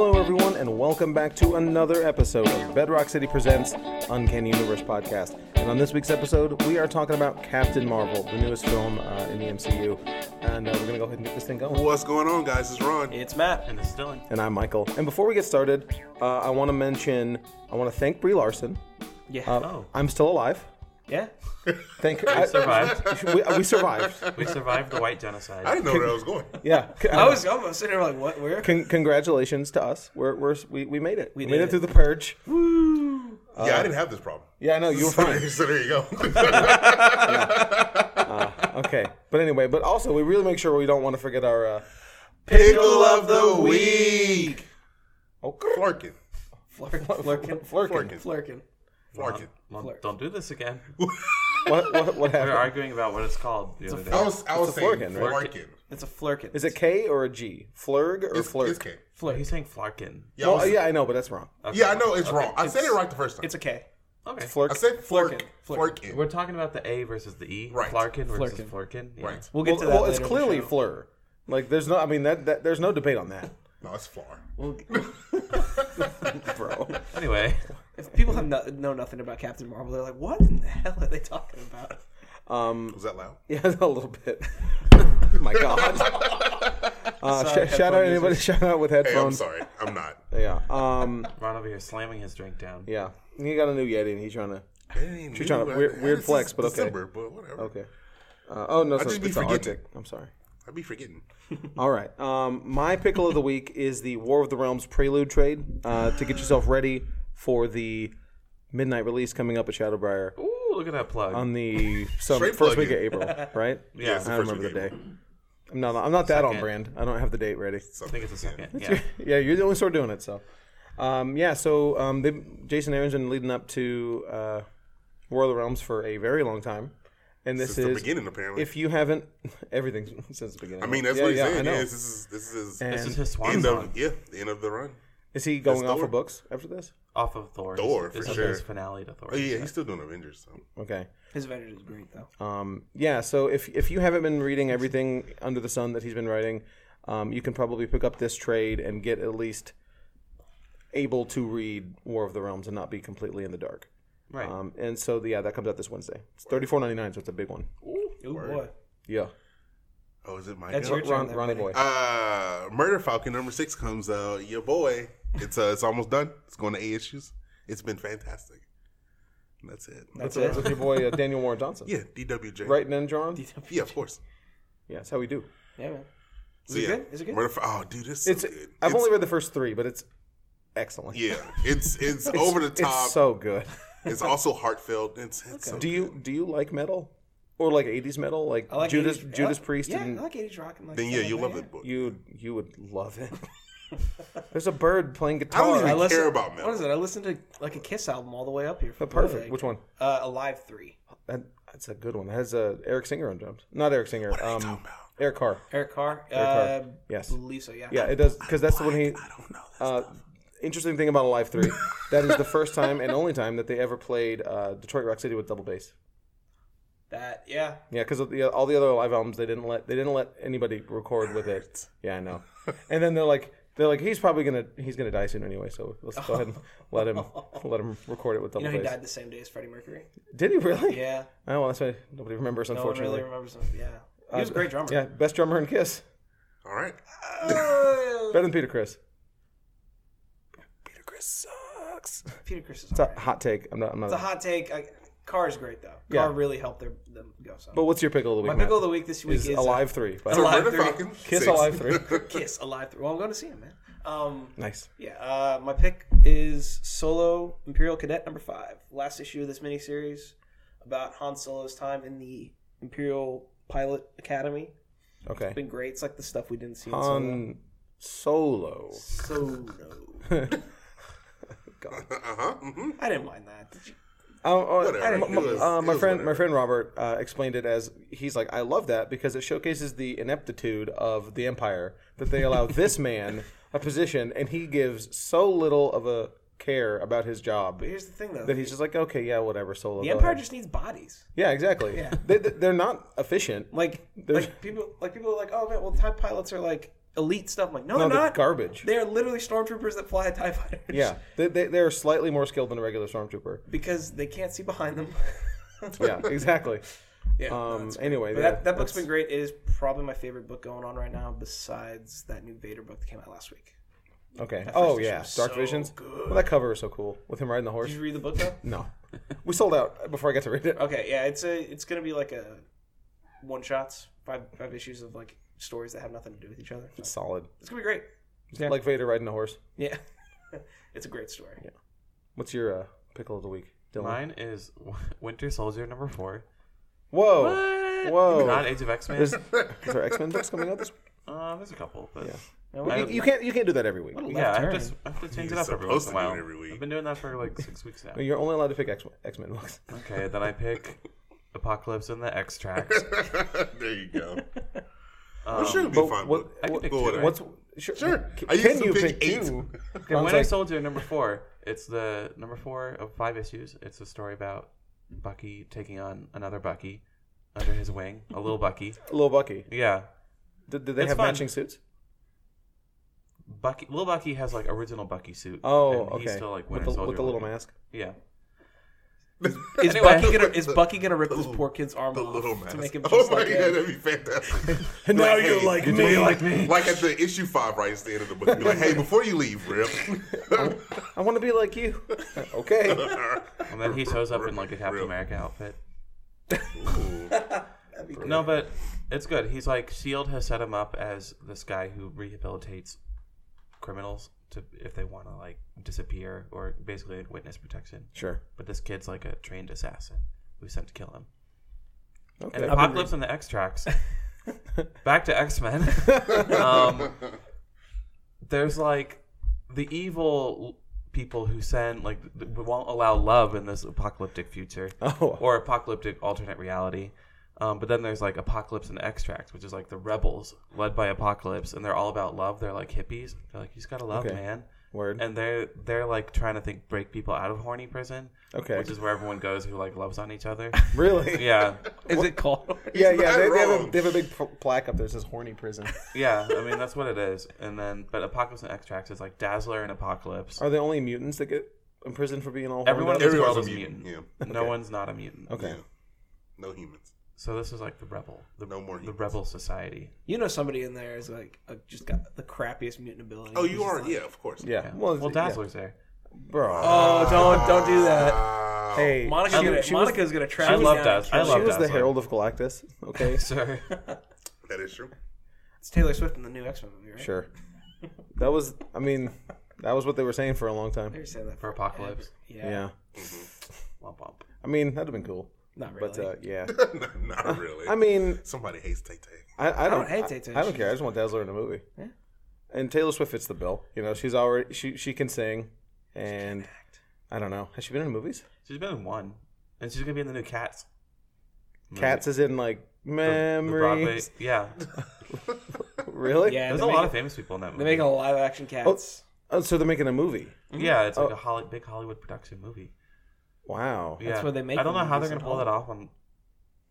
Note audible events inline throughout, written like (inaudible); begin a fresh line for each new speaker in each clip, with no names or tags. and welcome back to another episode of Bedrock City Presents Uncanny Universe Podcast. And on this week's episode, we are talking about Captain Marvel, the newest film uh, in the MCU. And uh, we're going to go ahead and get this thing going.
What's going on, guys? It's Ron.
It's Matt. And it's Dylan.
And I'm Michael. And before we get started, uh, I want to mention, I want to thank Brie Larson.
Yeah.
Uh,
oh.
I'm still alive.
Yeah.
Thank her. I-
Survived.
we, uh, we survived.
(laughs) we survived the white
I
genocide.
didn't know where I was
(laughs)
going.
Yeah. uh,
I
Oh.
was almost sitting there like, what? Where?
Con- congratulations to us. We're, we're, we, we made it. We, made
did
it
it.
through the purge.
yeah, I didn't have
(laughs)
this problem.
Yeah, I know. You were
So,
Uh, fine.
(laughs) so there
(laughs)
you go.
Okay, but anyway, but also we really make sure we don't want to forget our. Uh,
Pickle of the week.
oh,
Flarkin.
Flurkin. Flurkin.
flirking.
Flarkin.
Flurkin.
Flarkin.
Uh-huh.
Well, don't do this again.
What, what, what
We
happened?
were arguing about what it's called the other
I
day.
was, I was
a
saying
Flarkin,
Flarkin.
right?
It's a flurkin.
Is it K or a G? Flurg or
It's,
flurk?
it's K.
Flip. He's saying Flarkin.
Yeah, I
Well, uh,
was-
yeah, I know, but that's wrong.
yeah, I know it's wrong. I said it right the first time.
It's a K.
Okay.
Flurk.
I said Flarkin.
Flarkin.
Flarkin.
We're talking about the A versus the E.
Right.
Flarkin versus
Flarkin.
Flarkin. Yeah.
Right.
We'll get
well,
to that.
well,
later
it's
in the
clearly
show.
flur. Like, there's no, I mean, that, that there's no debate on that,
No, it's Flar. (laughs)
bro. (laughs)
Anyway,
If people have no, know nothing about Captain Marvel, they're like, what in the hell are they talking about?
Mm.
Was that loud?
yeah, a little
(laughs)
bit. My God. (laughs) Uh,
Sorry,
sh- shout out
headphone
anybody. (laughs) Shout out with
Hey, I'm
headphones.
sorry. I'm
(laughs)
not.
yeah. Um.
Ron over here slamming his drink down.
Yeah. He got a new Yeti, and he's trying to.
Hey,
She's trying to-
you-
weird-
I-
weird
this
flex,
is
but okay.
December, but whatever.
Okay. Uh, oh no, so
just be
it's the
forgetting.
Arctic. I'm sorry.
I'd be forgetting.
All right. Um, my pickle of the week is the War of the Realms prelude trade uh, to get yourself ready for the midnight release coming up at Shadowbriar
Ooh, look at that plug.
on
(laughs)
the some
Straight
first
plug
week
in.
of
(laughs)
April, right?
Yeah, it's
I
the
don't
first
remember the
week
day.
of
I'm not. I'm not that on brand. I don't have the date ready.
So,
I think it's a second. Yeah.
Yeah, you're the only store doing it. So, um, yeah. So um, they, Jason Aaron's been leading up to uh, War of the Realms for a very long time, and this
Since the
is
beginning, apparently.
If you haven't, (laughs) everything's since the beginning.
I mean, that's
yeah,
what he's
yeah, I
saying.
know.
Yeah, this is this is
This is his swan
end
song.
of yeah, the end of the run.
Is he going off
Thor.
of books after this?
Off of Thor.
Thor,
This
for
is
sure.
his finale to Thor.
Oh yeah, he's still doing Avengers. So.
Okay.
His Avengers is great, though.
Um, yeah. So if if you haven't been reading everything under the sun that he's been writing, um, you can probably pick up this trade and get at least able to read War of the Realms and not be completely in the dark.
Right.
Um, and so yeah, that comes out this Wednesday. It's thirty four ninety nine, so it's a big one.
Ooh, boy.
Yeah.
Oh, is it my
That's
go?
your turn
Ron,
there,
Ronnie boy.
buddy.
(laughs) Uh, Murder Falcon number six comes out. Your boy, it's uh, it's almost done. It's going to A issues. It's been fantastic. And That's it.
That's
That's
it. (laughs)
with your boy uh, Daniel Warren Johnson.
yeah, DWJ.
Writing and drawing.
DW.
Yeah, of course.
Yeah, that's how we do.
Yeah, man.
Is
it good? Is it good?
Murder Fa- oh, dude, this
It's.
is so good.
I've
It's-
only read the first three, but it's excellent.
Yeah, it's it's, over the
(laughs)
top.
It's
It's,
so good.
also heartfelt. It's, it's so
Do you do you like metal or like '80s metal, like,
I like
Judas
80s
Judas
yeah,
Priest?
Yeah,
and
I like 80s rock. And like
Then yeah,
stuff
you
like
love
that,
that book.
you you would love it.
(laughs)
There's a bird playing
I
guitar.
don't even
I listen-
care about metal.
What is it? I listened to like a Kiss album all the way up here.
But perfect. Which one?
Uh, Alive 3.
That, that's a good one. That has uh, Eric Singer on drums. Not Eric Singer. um, Eric Carr.
Eric Carr.
Carr.
Uh,
Yes.
believe so, yeah.
Yeah, it does because that's the one he.
I don't know. This.
Uh, interesting thing about Alive Three, that is the first time and only time that they ever played uh, Detroit Rock City with double bass.
That, yeah.
Yeah, because the, all the other live albums they didn't let they didn't let anybody record with it. Yeah, I
(laughs)
know. And then they're like they're like he's probably gonna he's gonna die soon anyway, so let's go
(laughs)
ahead and let him let him record it with double
You know, he
bass.
died the same day as Freddie
(laughs)
Mercury.
Did he really?
Yeah.
Oh well, that's why nobody remembers.
No one
Unfortunately, Uh,
really remembers him. Yeah. He was a great drummer.
yeah, best drummer in Kiss,
All right.
Uh,
better than Peter Chris.
Peter Chris sucks.
Peter Chris is
It's a hot take. I'm not. I'm not.
It's a hot take. I, Carr's great, though.
Yeah.
Carr really helped their, them go. So.
but what's your pickle of the week?
My pickle of the week this
Matt?
week is,
is
uh,
Alive Three. by
So
Alive
Murder
three.
Falcon.
Kiss
six.
Alive
(laughs)
Three.
Kiss, Alive 3. Well, I'm going to see him, man. Um,
nice.
yeah, uh, my pick is Solo Imperial Cadet number 5. Last issue of this miniseries about Han Solo's time in the Imperial Pilot Academy.
Okay.
been great. It's like the stuff we didn't see in
On solo.
Solo. Solo.
uh huh. hmm
I didn't mind that. Did you?
Oh, oh,
Whatever.
I don't-
It was-
uh,
it
my
was
friend, my
whatever.
friend Robert uh, explained it as he's like, I love that because it showcases the ineptitude of the empire that they
(laughs)
allow this man a position and he gives so little of a care about his job
But here's the thing, though.
that he's just like, okay, yeah, whatever, solo.
the
go
Empire
ahead."
just needs bodies.
yeah, exactly. (laughs) They, they- they're not efficient.
Like,
There's-
like people, like people are like, oh man, well, type pilots are like elite stuff. I'm like, no,
No,
they're
they're
not.
garbage.
They are literally stormtroopers that fly a TIE fighters.
Yeah, they, they, they're slightly more skilled than a regular stormtrooper.
(laughs) Because they can't see behind them. (laughs)
Yeah, exactly.
yeah. no,
Um,
it's-
anyway,
but
yeah,
that, that book's
that's-
been great. It is probably my favorite book going on right now, besides that new Vader book that came out last week.
Okay. Oh
issue
yeah, Dark
was so
Visions.
good.
Well, that cover is so cool with him riding the horse.
Did you read the book though?
No, we sold out before I got to read it.
Okay, yeah, it's a it's gonna be like a one shots, five five issues of like stories that have nothing to do with each other.
It's solid.
It's gonna be great.
It's Like Vader riding a horse.
Yeah. (laughs) it's a great story.
What's your uh, pickle of the week, Dylan?
Mine is (laughs) Winter Soldier number four.
Whoa, whoa.
Not Age of X Men. (laughs)
There's, is there X Men books coming out this week?
Uh, there's a couple. But yeah,
You- You, can't you can't do that every week.
yeah I,
turn.
have to, I have to change
You're
it up every once
supposed
in a
to do
while.
it every week.
I've been doing that for like six
(laughs)
weeks now.
You're only allowed to pick X X Men books.
Okay, then I pick Apocalypse and the X Tracks.
(laughs) there you go. well, sure, it'll be
but
fun.
what-
but-
Um, I can pick
but
two,
whatever.
(laughs) right?
What's sure?
Sure.
c-
I used
can
to
you
pick
pick
eight.
(laughs)
(laughs)
two?
The
Sounds
Winter
like-
Soldier number four. It's the number four of five issues. It's a story about Bucky taking on another Bucky under his wing, a little Bucky.
Lil Bucky.
Yeah,
Did, did they
It's
have
fine.
matching suits?
Bucky. Little Bucky has like original Bucky suit.
Oh,
and
okay.
He's still like
with
Winter
the,
Soldier.
with the little
looking. (laughs)
mask.
Yeah.
Is
Anyway.
Bucky gonna is Bucky gonna rip this
little-
poor kid's arm
the
off
little
to
mask. (laughs)
make him
oh
just
my
like
god,
a,
that'd be
(laughs)
fantastic.
And now
Like, hey, you
Be (laughs) like me.
Like at the issue five, right? It's the end of the book. Be like, hey, before you leave,
(laughs)
Rip. (laughs)
I want to be like
(laughs)
you. okay.
And then he shows up in like a Captain
Real.
America outfit.
Ooh.
No, but it's good. He's like Shield E has set him up as this guy who rehabilitates criminals to if they want to like disappear or basically witness protection.
Sure.
But this kid's like a trained assassin who's sent to kill him.
Okay.
And Apocalypse and the X
(laughs)
Tracks. Back to X Men. um, there's like the evil people who send like th- won't allow love in this apocalyptic future
Oh.
or apocalyptic alternate reality. Um, but then there's like Apocalypse and Extracts, which is like the rebels led by Apocalypse, and they're all about love. They're like hippies. They're like, you just gotta love,
Okay.
man.
Word.
And they're they're like trying to think break people out of horny prison,
Okay.
which is where everyone goes who like loves on
(laughs)
each other.
really?
(laughs) yeah,
is it called?
Yeah, yeah.
not
They, they have a,
wrong.
they have a big pl- plaque up there that says "horny prison."
yeah. I mean that's what it is. And then but Apocalypse and Extracts is like Dazzler and Apocalypse.
Are they only mutants that get imprisoned for being all? horned
Everyone
up?
in this
Everyone's
world
a
is
mutant,
mutant. No one's not a mutant.
Okay.
no humans.
So this is like the rebel, the
No more
the
humans.
rebel society.
You know somebody in there is like uh, just got the crappiest mutant ability.
Oh,
He's
you
just
are?
like,
Yeah, of course.
Yeah.
Well,
yeah.
Dazzler's there.
bro.
Oh, don't don't do that.
Wow.
hey,
Monica's
she-
gonna
she was-
Monica's gonna track.
I
me
love
down and
Daz-
kill
I
me.
She
love
was the
Dazzler.
Herald of Galactus.
(laughs)
Okay.
Sir.
That is true. (laughs)
It's Taylor Swift in the new X Men movie, right?
Sure. That was. I mean, that was what they were saying for a long time.
They're saying that
For
for
Apocalypse.
yeah,
Yeah.
Womp womp.
I mean, that'd have been cool.
not really.
But uh, yeah.
No, Not really.
I mean,
Somebody hates Tay
(laughs)
Tay.
I, I, don't,
don't hate
I-
Tay-Tay.
I, don't care. I just want Dazzler in a movie.
Yeah.
And Taylor Swift fits the bill. You know, she's already she she can sing, and I don't know. Has she been in movies?
She's been in one, and she's gonna be in the new Cats.
Cats is in like
The Broadway.
memories.
Yeah,
really?
yeah,
there's
they
a
make
lot of famous people in that
They
movie.
make a live action cats.
Oh, so they're making a movie.
yeah, it's like a Holly, big Hollywood production movie.
Wow.
Yeah.
where they make
I don't
the
know how they're
movies
gonna
at all.
pull that off on,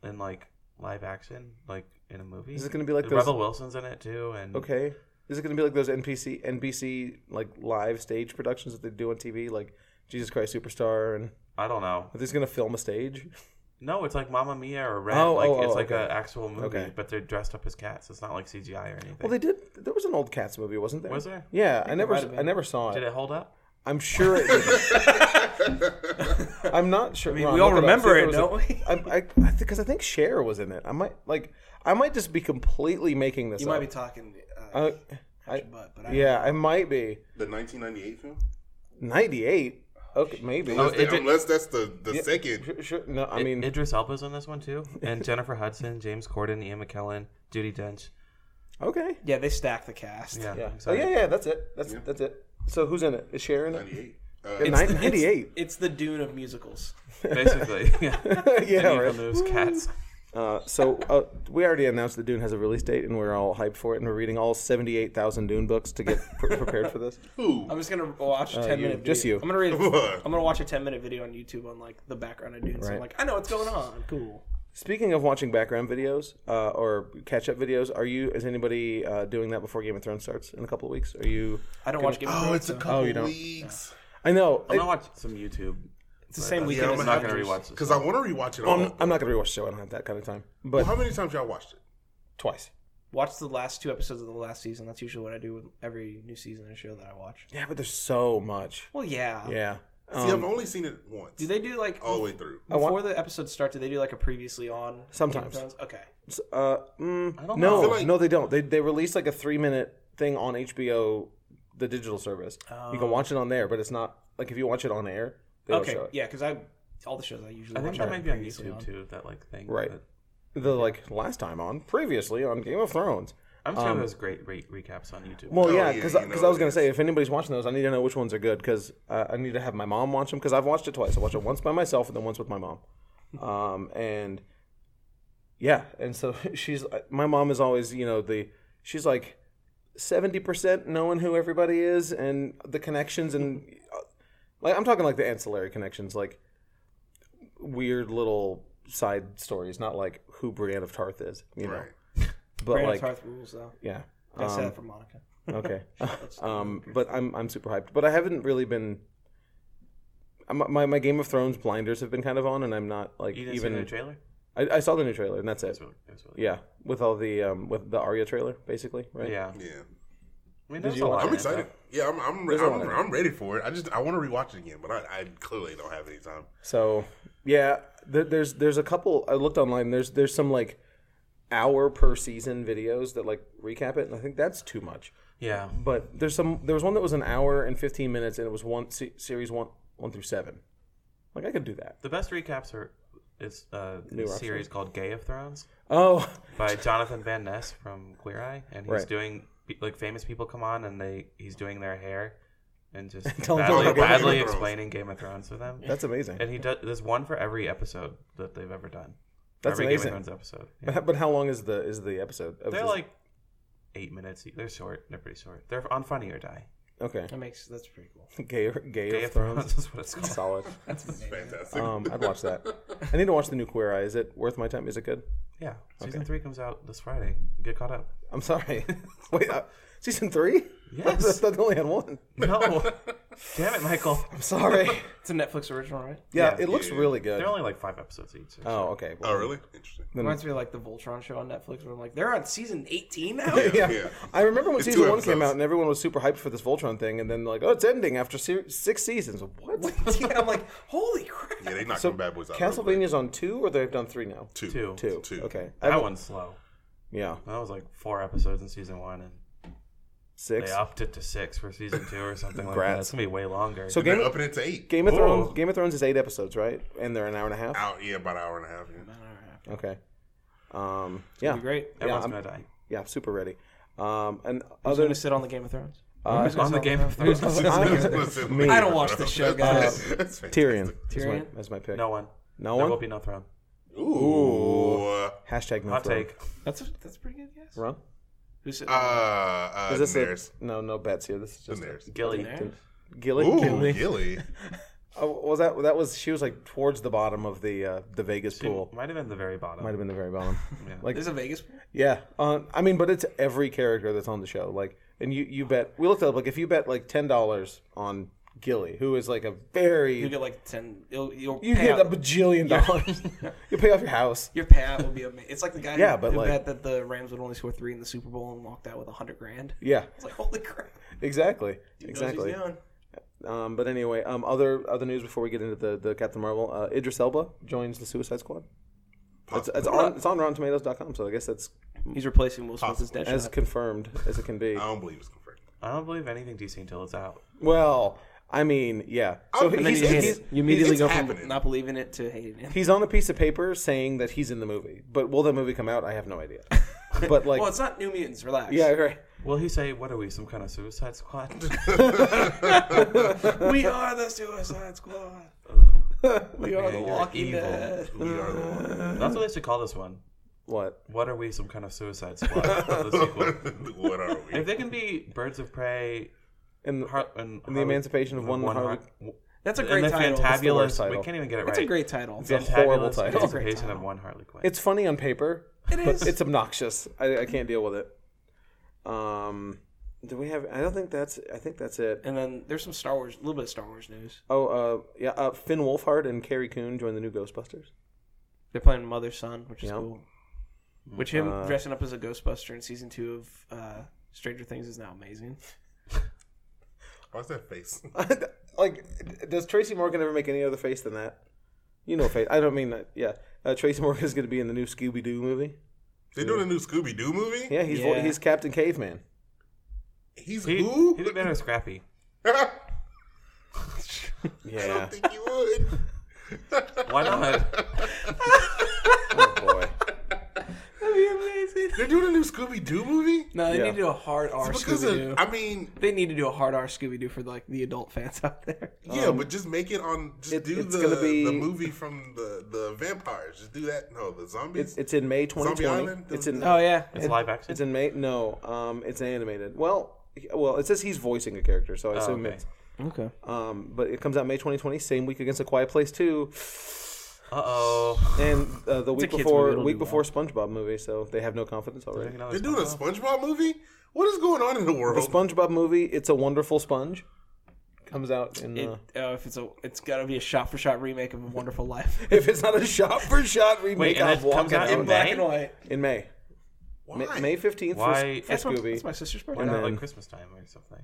in like live action, like in a movie.
Is it gonna be like
The
those-
Rebel Wilson's in it too? And
Okay. Is it going to be like those NPC NBC like live stage productions that they do on TV, like Jesus Christ Superstar, and
I don't know.
are they going to film a stage?
No, it's like Mamma Mia or Red.
Oh,
like
oh,
it's
oh,
like
okay.
an actual movie,
Okay.
but they're dressed up as cats. It's not like CGI or anything.
Well, they did. There was an old Cats movie, wasn't there?
Was there?
Yeah, I, never
might have been.
I never saw
Did
it.
it hold up?
I'm sure it. Did.
(laughs)
I'm not sure.
mean, we all remember it, don't
(laughs)
we?
I because I, think Cher was in it. I might like I might just be completely making this
You
up.
might be talking uh,
Uh,
out
I,
your butt, but I,
yeah, I might be.
The 1998 film?
98. Okay, maybe.
Oh, it did-
Unless that's the, the second.
Sure, sure, no, I mean,
Idris Elba's in this one too,
(laughs)
and Jennifer Hudson, James Corden, Ian McKellen, Judy Dench.
okay.
yeah, they stack the cast.
Yeah,
Yeah. Oh,
exactly.
yeah, yeah. That's it. That's that's it. So who's in it? Is Cher in (laughs) it?
98. Uh,
It's
the-
Ninety-eight.
It's the Dune of musicals.
(laughs) basically.
(laughs)
Yeah.
yeah.
Evil
Right.
moves cats.
Uh, so uh, we already announced that Dune has a release date, and we're all hyped for it, and we're reading all seventy-eight thousand Dune books to get pr- prepared for this.
Who?
I'm just gonna watch a ten
you,
minute. Video.
just you.
I'm
(laughs)
gonna read.
What?
I'm gonna watch a ten minute video on YouTube on like the background of Dune. So I'm
Right.
like, I know what's going on. Cool.
Speaking of watching background videos uh, or catch up videos, are you is anybody uh, doing that before Game of Thrones starts in a couple of weeks? Are you?
I don't watch Game of Thrones.
Oh, it's a
so-
you don't.
couple weeks.
I know.
I'm
it-
gonna watch some YouTube.
It's the same
Yeah,
weekend.
I'm
as
I'm
gonna
not
have
gonna
to-
rewatch this.
Because I want to rewatch it all.
um, I'm, I'm not gonna rewatch the show. I don't have that kind of time. But
How many times y'all watched it?
twice.
watch the last two episodes of the last season. That's usually what I do with every new season of show that I watch.
Yeah, but there's so much.
Well, yeah.
Yeah.
See, I've
Um,
only seen it once.
Do they do like
all the way through.
I
before
want-
the episodes start? Do they do like a previously on?
Sometimes.
Game of Thrones? Okay.
s- uh, mm,
I don't know.
no,
I feel
like-
no, they don't. They they released like a three minute thing on HBO, the digital service.
Oh.
you can watch it on there, but it's not like if you watch it on air, they don't
Okay.
show it.
Yeah, because I all the shows I usually
I think
watch
that
are
might be on
previously
YouTube too. That like thing,
Right.
but
The like last time on, previously on Game of Thrones.
I'm sure there's great re- recaps on YouTube.
Um, Well,
Oh,
yeah,
yeah,
because
you know
I was
it
gonna
is.
say if anybody's watching those, I need to know which ones are good because uh, I need to have my mom watch them because I've watched it twice. I watched it once by myself and then once with my mom, um, and yeah, and so (laughs) she's my mom is always you know the she's like seventy percent knowing who everybody is and the connections and uh, like I'm talking like the ancillary connections like weird little side stories, not like who Brienne of Tarth is, you know,
Right.
but
Brand
like
of Tarth rules though.
yeah.
I said
(laughs) um,
that for Monica.
Okay.
(laughs)
um, but I'm I'm super hyped. But I haven't really been. I'm- My, my Game of Thrones blinders have been kind of on, and I'm not like
you didn't
even.
see the trailer?
I, I saw the new trailer, and that's it.
It was- it was really-
Yeah, with all the um with the Arya trailer, basically, right?
yeah.
Yeah.
I mean, there's
you
a lot
watch
I'm
of
excited.
stuff.
Yeah, I'm I'm, re-
There's a lot
I'm,
of-
I'm ready for it. I just I want to rewatch it again, but I, I clearly don't have any time.
So yeah, there, there's there's a couple. I looked online. There's there's some like hour per season videos that like recap it, and I think that's too much.
Yeah,
But there's some. There was one that was an hour and 15 minutes, and it was one se- series one one through seven. Like I could do that.
the best recaps are is uh, a series called Gay of Thrones
Oh, (laughs)
by Jonathan Van Ness from Queer Eye, and he's
Right.
doing like famous people come on and they he's doing their hair and
(laughs)
just
them
badly,
about Game of
badly
Thrones.
explaining Game of Thrones to them.
that's amazing.
And he does there's one for every episode that they've ever done.
That's
every
amazing.
Game of Thrones episode. Yeah.
(laughs) But, but how long is the is the episode? Of
They're
this-
like eight minutes. each. They're short. They're pretty short. They're on Funny or Die.
okay, (laughs)
That makes that's pretty cool.
gay gay,
Gay
of Thrones,
is what
(laughs)
it's called.
solid.
That's amazing.
Fantastic.
Um, I'd watch that. I need to watch the new Queer Eye. Is it worth my time? Is it good?
Yeah, season three comes out this Friday. Get caught up.
I'm sorry. (laughs) Wait, uh, season three? (laughs)
Yes.
I thought they only had one.
(laughs)
(laughs)
No, damn it, Michael.
I'm (laughs) sorry.
It's a Netflix original, right?
Yeah,
Yeah.
it looks
Yeah.
really good.
They're only like five episodes each. so-
Oh, okay.
oh, really? Interesting.
Reminds me of like the Voltron show on Netflix where I'm like, they're on season 18
(laughs)
now? (laughs)
Yeah.
Yeah.
I remember when
It's
season
two
one came
episodes.
out and everyone was super hyped for this Voltron thing, and then like, oh, it's ending after se- six seasons. What?
Yeah, I'm like, holy crap.
Yeah, they knocked
So
some bad boys out. real quick.
Castlevania's on two, or they've done three now.
two.
Two.
Two.
Two.
Okay. I
That
haven't-
one's slow.
Yeah.
That was like four episodes in season one, and
Six.
they upped it to six for season two or something like that.
Congrats.
It's gonna be way longer.
So
They're
game.
upping it to eight.
Game of
Oh.
Thrones. Game of Thrones is eight episodes, right? And they're an hour and a half.
Out. Yeah, about an hour and a half. Yeah.
Okay. Um. Yeah.
Be great.
everyone's
I'm-
gonna die.
Yeah. Super ready. Um. And
Who's going
other.
to sit on the Game of Thrones?
Uh, (laughs)
Who's gonna
On
sit
the Game of
(laughs)
Thrones,
Me.
I don't watch this show, guys.
That's fantastic.
Tyrion. Is my,
Tyrion?
is my pick.
no one.
No
There
one?
will be no throne.
Ooh. Uh,
Hashtag no
Hot
throne.
take.
That's a, that's a pretty good guess.
Run.
Who's sitting
uh,
Is this
Daenerys.
a, no? No bets here. This is just
Daenerys.
Gilly.
there?
Gilly.
Ooh,
Gilly.
Gilly.
Oh, was that that was she was like towards the bottom of the uh, the Vegas pool.
Might have been the very bottom.
Might have been the very
(laughs)
bottom. Like
There's a Vegas pool?
Yeah, uh, I mean, but it's every character that's on the show. Like, and you you bet. We looked it up like if you bet like ten dollars on Gilly, who is like a very
You get like 10. You'll, you'll
you
pay
get a
out-
bajillion
(laughs)
dollars. you pay off your house.
Your payout will be amazing. It's like the guy
Yeah,
who,
but,
who
like-
bet that the Rams would only score three in the Super Bowl and walked out with a hundred grand. (laughs)
Yeah,
It's like holy crap.
exactly,
Knows what he's
exactly.
doing.
Um, but anyway, um, other other news before we get into the, the Captain Marvel. Uh, Idris Elba joins the Suicide Squad. It's, it's on it's on RottenTomatoes.com, so I guess that's
He's replacing Will Smith as
Mm. as
Deadshot.
confirmed as it can be.
Um,
I don't believe it's confirmed.
I don't believe anything DC until it's out.
Well, I mean, yeah. So
And then
he's,
you hate
he's-
it.
You immediately
it's
go
happening.
from not believing it to
(laughs)
hating it.
he's on a piece of paper saying that he's in the movie, but will the movie come out? I have no (laughs) idea. But like,
Well, it's not New Mutants.
(laughs)
Relax.
yeah, right.
Will he say, "What are we? Some kind of Suicide Squad?"
(laughs)
(laughs)
we are the Suicide Squad. we are the
you're
Walking
evil.
Dead.
We are the
Uh.
one.
That's what they should call this one.
What?
What are we? Some kind of Suicide Squad? the sequel.
(laughs) what are
(laughs)
we?
If they can be Birds of Prey
In the,
Har- and
in the Emancipation of One, Harley,
Har-
That's a
and
great
then
title.
Fantabulous.
title.
We can't even get it
That's
right.
a great title.
a horrible title.
Fantabulous
It's a
great
Anticipation of
title.
One Harley Quinn.
It's funny on (laughs) paper,
It
but
is.
it's obnoxious. I, I can't deal with it. Um, do we have? I don't think that's. I think that's it.
and then there's some Star Wars, a little bit of Star Wars news.
Oh, uh, yeah. Uh, Finn Wolfhard and Carrie Coon join the new Ghostbusters. (laughs)
They're playing Mother Son, which is
Yeah.
cool. Which him
Uh,
dressing up as a Ghostbuster in season two of uh, Stranger Things is now amazing.
Why's that face?
like, does Tracy Morgan ever make any other face than that? You know, face. I don't mean that. Yeah, uh, Tracy Morgan is going to be in the new Scooby Doo movie.
They're doing a new Scooby Doo movie?
Yeah, he's vo
Yeah.
he's Captain Caveman.
He's
He,
who?
he'd be better with Scrappy.
(laughs) I
Yeah.
don't think you would.
Why not?
(laughs) oh boy.
That'd be amazing.
They're doing a new Scooby Doo movie?
No, they
Yeah.
need to do a hard R
Because
Scooby Doo.
of, I mean,
They need to do a hard R Scooby Doo for like the adult fans (laughs) out there.
yeah, but just make it on. Just
Um, it-
do
it's
the,
gonna be-
the movie from the, the vampires. Just do that. No, the zombies.
It's it's in May 2020.
Island?
It's in
Oh yeah,
It's live action.
it's in May. No, um, it's animated. Well, well, it says he's voicing a character, so I assume
okay.
it's.
Oh, okay.
Um, but it comes out May 2020, same week against A Quiet Place 2,
Uh oh.
and uh, the week
kid's
before
movie, it'll
week
do
before SpongeBob movie. So they have no confidence already.
They're doing a
Uh-huh.
SpongeBob movie? What is going on in the world?
The SpongeBob movie, It's a Wonderful Sponge, comes out in.
It,
Uh,
oh, if it's a, it's got to be a shot for shot remake of A Wonderful
(laughs)
Life
if it's not a shot for shot remake
Wait, and
of
it comes
Walking
out
Oh,
Out
in May.
black and white.
in May,
Why?
May, May 15th
Why-
for,
That's,
for
my, that's
Scooby.
my sister's
Why
birthday.
not
And
like
then-
Christmas time or something?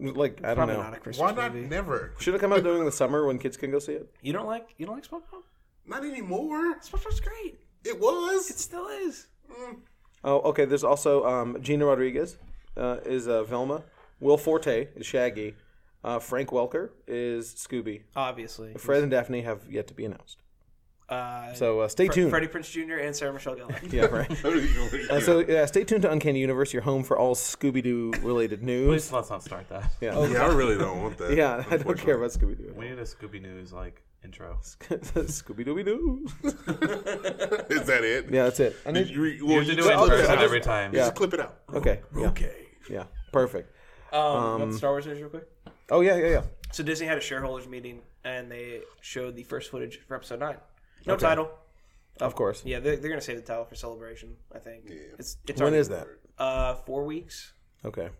Like I don't
Probably
know.
not a Christmas
Why not
movie.
never?
Should it come out during the summer when kids can go see it?
You don't like you don't like SpongeBob?
Not anymore.
SpongeBob's great.
It was. (laughs)
It still is.
Oh, okay. There's also um, Gina Rodriguez uh, is uh, Velma. Will Forte is Shaggy. Uh, Frank Welker is Scooby.
Obviously.
Fred and Daphne have yet to be announced.
Uh,
So uh, stay
Fre-
tuned.
Freddie Prince Jr. and Sarah Michelle Gellar. Um,
Yeah, right.
(laughs)
Uh, so yeah, stay tuned to Uncanny Universe, your home for all Scooby Doo related news.
Please let's not start that.
Oh, Yeah,
yeah, I really don't want that.
(laughs) yeah. I don't care about Scooby Doo. (laughs)
We need a Scooby News like intro.
Scooby Doo Doo.
(laughs) is that it?
Yeah, that's it. I
Did
need,
you, re-
You
well,
have to
you
do
just-
it in
I'll just-
person
I'll just-
every time.
you Just clip it out.
okay. Yeah,
okay.
yeah. Perfect.
Um, what Star Wars news real quick.
Oh yeah, yeah, yeah.
So Disney had a shareholders meeting and they showed the first footage for episode nine. No title.
Of course.
Yeah, they're, they're gonna save the title for celebration. I think. It's it's
When
already-
is that?
Uh, four weeks.
Okay.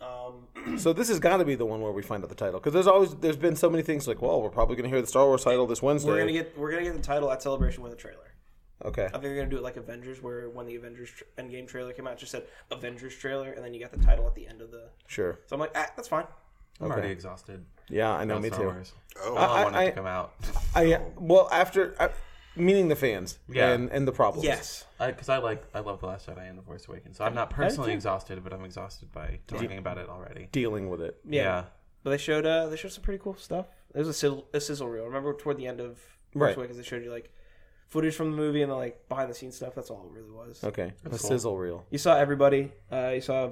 Um,
So this has got to be the one where we find out the title because there's always there's been so many things like well we're probably gonna hear the Star Wars title this Wednesday.
we're gonna get we're gonna get the title at celebration with a trailer.
okay.
I think they're gonna do it like Avengers, where when the Avengers tr- Endgame trailer came out, it just said Avengers trailer, and then you got the title at the end of the.
Sure.
So I'm like, ah, that's fine.
I'm already exhausted.
Yeah, I know.
on
Me
Star
too.
Wars.
Oh,
I,
I-
want it
I-
to come out
I well after I, meaning the fans.
Yeah.
And and the problems.
Yes.
because I, like I love the Last Jedi and the Force Awakens. So I'm not personally exhausted, but I'm exhausted by talking about it already.
Dealing with it.
Yeah. But they showed uh they showed some pretty cool stuff. There was a sizzle, a sizzle reel. Remember toward the end of
Right.
Force Awakens, they showed you like footage from the movie and the like behind the scenes stuff. That's all it really was.
Okay. A sizzle reel.
You saw everybody. Uh, you saw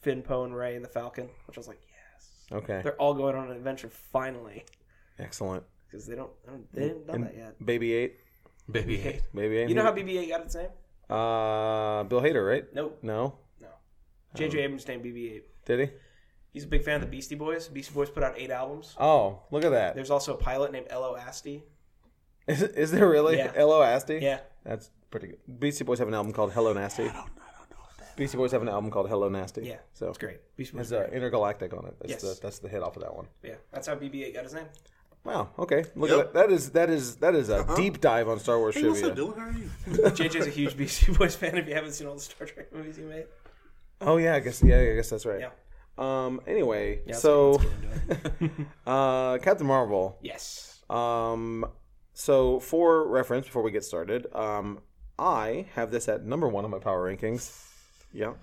Finn, Poe, and Ray and the Falcon, which I was like, yes,
Okay.
they're all going on an adventure finally
Excellent.
because they don't, they don't they didn't done that yet.
Baby eight.
Baby Eight.
Baby eight.
You know how BB-8 got its name?
uh, Bill Hader, right?
Nope.
No.
No. J.J. Abrams named BB-8.
Did he?
He's a big fan of the Beastie Boys. Beastie Boys put out eight albums.
Oh, look at that.
There's also a pilot named L.O. Asti.
Is, is there really?
Yeah.
Hello Asti?
Yeah.
That's pretty good. Beastie Boys have an album called Hello Nasty. Beastie Boys have an album called Hello Nasty.
Yeah.
So
It's great. Beastie Boys.
Has uh, intergalactic on it. That's
Yes.
the that's the hit off of that one.
Yeah. That's how BB-8 got his name.
Wow. Okay. Look
Yep. Uh-huh.
at that. That is that is that is a deep dive on Star Wars
Hey, what's
trivia.
up, Dylan? How are you?
JJ's a huge (laughs) Beastie Boys fan. If you haven't seen all the Star Trek movies he made,
Oh yeah, I guess yeah, I guess that's right.
Yeah.
Um. Anyway, so (laughs) uh, Captain Marvel.
yes,
Um. So for reference, before we get started, um, I have this at number one on my power rankings. Yeah.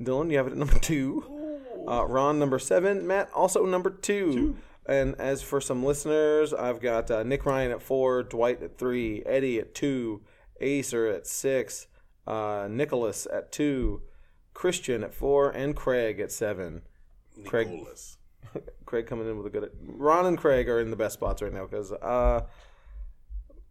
Dylan, you have it at (laughs) number two. Uh, Ron number seven. Matt also number two. And as for some listeners, I've got uh, Nick Ryan at four, Dwight at three, Eddie at two, Acer at six, uh, Nicholas at two, Christian at four, and Craig at seven. (laughs) Craig.
Nicholas.
Craig coming in with a good. Ron and Craig are in the best spots right now because uh,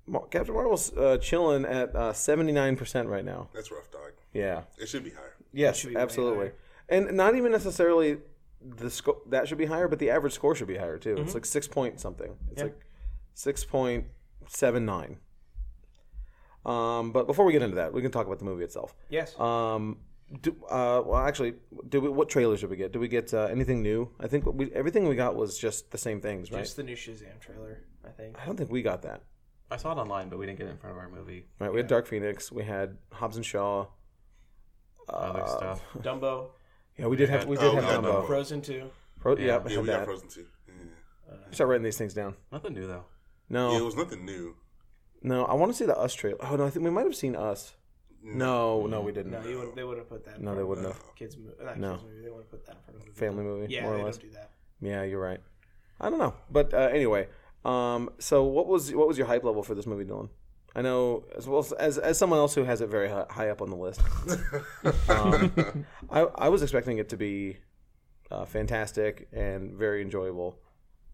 Mar- Captain Marvel's uh, chilling at seventy nine percent right now.
That's rough, dog.
Yeah.
It should be higher.
Yes. Absolutely. And not even necessarily the sco- that should be higher, but the average score should be higher too.
Mm-hmm.
It's like six point something. It's like six point seven nine. Um, but before we get into that, we can talk about the movie itself.
Yes.
Um, do, uh, well, actually, do we, what trailers did we get? Did we get uh, anything new? I think we, everything we got was just the same things, right?
Just the new Shazam trailer, I think.
I don't think we got that.
I saw it online, but we didn't get it in front of our movie.
Right? We had Dark Phoenix. We had Hobbs and Shaw.
Other stuff.
Dumbo,
Yeah, we did have we did
Oh,
have
we got
Dumbo.
Dumbo.
Frozen 2.
Pro, yeah, we
Yeah,
had
we got
that.
Frozen too. Yeah.
Start writing these things down.
Nothing new though.
No,
Yeah, it was nothing new.
no, I want to see the Us trailer. Oh no, I think we might have seen Us.
(laughs)
No, no, we didn't.
No, you wouldn't, they wouldn't put that. In
No,
front
they
of
wouldn't have.
a Kids movie, not
No.
kids movie. They wouldn't put that in front of a movie.
Family movie,
Yeah,
more
they
or less.
don't do that.
Yeah, you're right. I don't know, but uh, anyway, um, so what was what was your hype level for this movie, Dylan? I know as well as as, as someone else who has it very hi- high up on the list. um, I I was expecting it to be uh, fantastic and very enjoyable.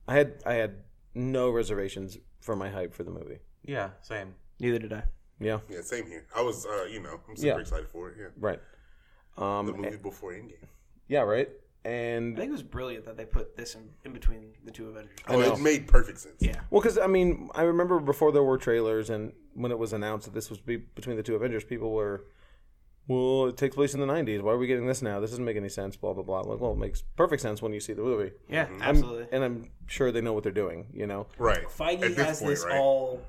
I had I had no reservations for my hype for the movie.
Yeah, same.
Neither did I.
Yeah,
Yeah, same here. I was, uh, you know, I'm super
Yeah.
excited for it. Yeah,
right. Um,
the movie before Endgame.
yeah, right.
I
And
think it was brilliant that they put this in, in between the two Avengers.
Oh,
know.
it made perfect sense.
Yeah.
Well, because I mean, I remember before there were trailers, and when it was announced that this was be between the two Avengers, people were, "Well, it takes place in the '90s. Why are we getting this now? This doesn't make any sense." Blah blah blah. Like, well, it makes perfect sense when you see the movie,
Yeah, Mm-hmm. absolutely.
and I'm sure they know what they're doing. You know?
Right.
Feige
At
has this all.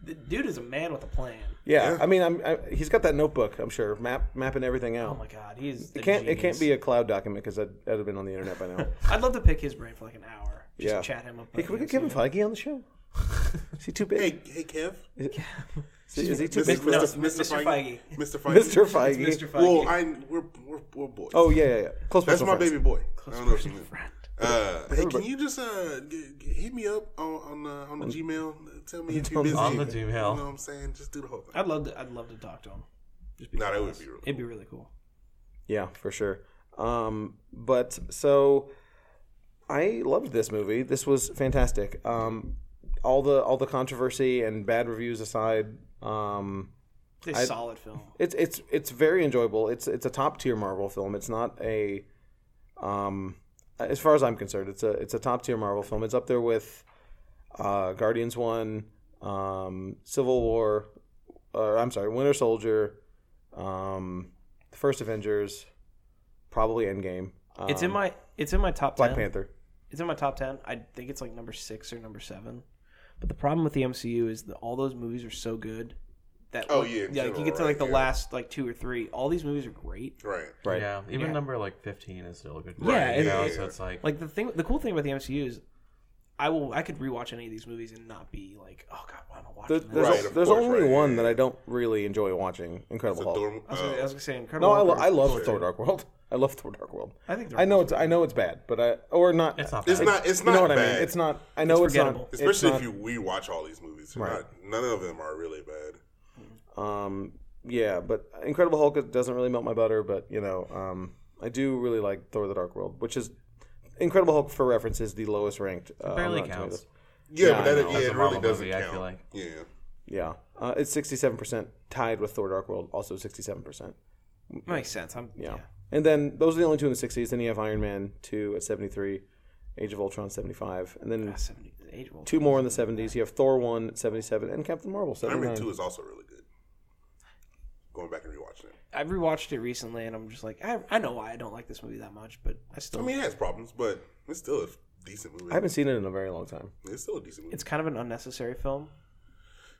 The dude is a man with a plan.
Yeah. I mean, I'm, I, he's got that notebook. I'm sure map mapping everything out.
Oh my god, he's.
it can't it can't be a cloud document because that'd, that'd have been on the internet by
(laughs)
now.
I'd love to pick his brain for like an hour. Just
Yeah.
chat him up.
hey, can we get Kevin Feige on the show? Is he too big?
Hey, hey, Kev.
Is he- is he too
This is
big? (laughs)
No,
Mr.
it's Mr. Feige.
Mr. Feige.
Mr. Feige.
Mr. Feige.
Well, I we're we're, we're boys.
Oh yeah, yeah, yeah. Close
that's
personal
my
friends.
baby boy. I don't know if you knew. Uh, hey, can you just uh, g- g- hit me up on on, uh, on the Gmail?
(laughs)
Tell me if you're busy.
On the
You
Gmail.
know what I'm saying? Just do the whole thing.
I'd love to. I'd love to talk to him.
No, that would be real.
It'd be really cool.
Yeah, for sure. Um, but so I loved this movie. This was fantastic. Um, all the all the controversy and bad reviews aside, um,
It's a solid film.
it's it's it's very enjoyable. It's it's a top tier Marvel film. It's not a um, as far as I'm concerned, it's a it's a top tier Marvel film. It's up there with uh, Guardians One, um, Civil War, or I'm sorry, Winter Soldier, um, the First Avengers, probably Endgame. Uh,
It's in my. It's in my top.
Black
10.
Panther.
It's in my top ten. I think it's like number six or number seven. But the problem with the MCU is that all those movies are so good that
Oh,
like,
yeah, in
like you
general,
get to
right,
like the
yeah.
last like two or three. All these movies are great.
Right.
Right.
Yeah, even
Yeah.
number like 15 is still a good
Yeah,
movie, you
it-
know?
yeah.
so it's like,
Like the thing, the cool thing about the MCU is, I will I could rewatch any of these movies and not be like, oh god, why am I watching
There-
that?
there's
Right, of
there's
course,
only
right,
one
yeah,
that I don't really enjoy watching. Incredible Hulk.
Thor-
I was, gonna, I
uh,
was gonna say Incredible.
no, I, lo-
Hulk or-
I love Thor: Dark World. I love Thor: Dark World.
I think Dark
I know
World's
it's I know it's bad, but I or not.
it's not
it's
bad.
not. It's
you
not
know what
bad.
I mean? It's not. I know it's,
forgettable.
not. it's
especially
not-
if you rewatch all these movies. They're
Right.
not- none of them are really bad.
Um, yeah, but Incredible Hulk doesn't really melt my butter, but you know, um, I do really like Thor: The Dark World, which is Incredible Hulk for reference is the lowest ranked. Uh, on
barely
Rotten
counts.
Tomatoes.
Yeah,
I
but that
know.
yeah,
That's a
it really
Marvel
doesn't
movie, I
count.
feel like.
Yeah.
Yeah, uh, it's sixty-seven percent, tied with Thor: Dark World, also sixty-seven percent.
makes sense. I'm yeah.
Yeah. And then those are the only two in the sixties. Then you have Iron Man two at seventy-three, Age of Ultron seventy-five, and then
70, age old.
two more in the seventies. You have Thor one at seventy-seven and Captain Marvel
Iron Man
seventy-nine.
Two is also really good. Going back and rewatching it.
I rewatched it recently, and I'm just like, I, I know why I don't like this movie that much, but I still.
I mean, it has problems, but it's still a decent movie.
I haven't seen it in a very long time.
It's still a decent movie.
it's kind of an unnecessary film,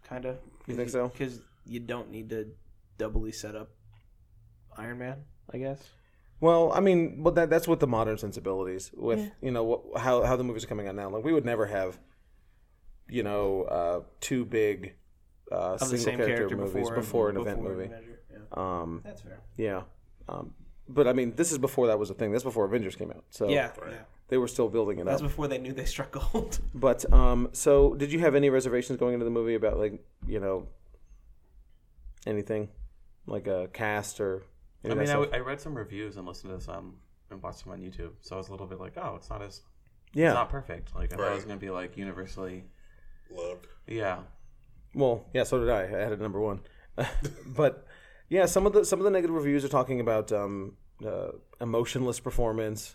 kind of.
You think so?
Because you don't need to doubly set up Iron Man, I guess.
Well, I mean, but that, that's with the modern sensibilities, with you know what, how how the movies are coming out now. Like we would never have, you know, uh, two big uh,
Of the
single
same
character,
character,
movies
before,
before, an event
before an
movie.
Avenger, yeah.
Um,
That's fair.
yeah, um, but I mean, this is before that was a thing. That's before Avengers came out, so
yeah, yeah.
they were still building it
That's
up.
before they knew they struck gold.
But um, so, did you have any reservations going into the movie about like you know anything like a cast or? any
I
of that
mean, I,
stuff?
w- I read some reviews and listened to some and watched them on YouTube, so I was a little bit like, oh, it's not as
yeah.
it's not perfect. Like I thought it was
Right.
gonna be like universally,
Loved.
yeah,
Well, yeah, so did I. I had it number one, (laughs) but yeah, some of the some of the negative reviews are talking about um, uh, emotionless performance,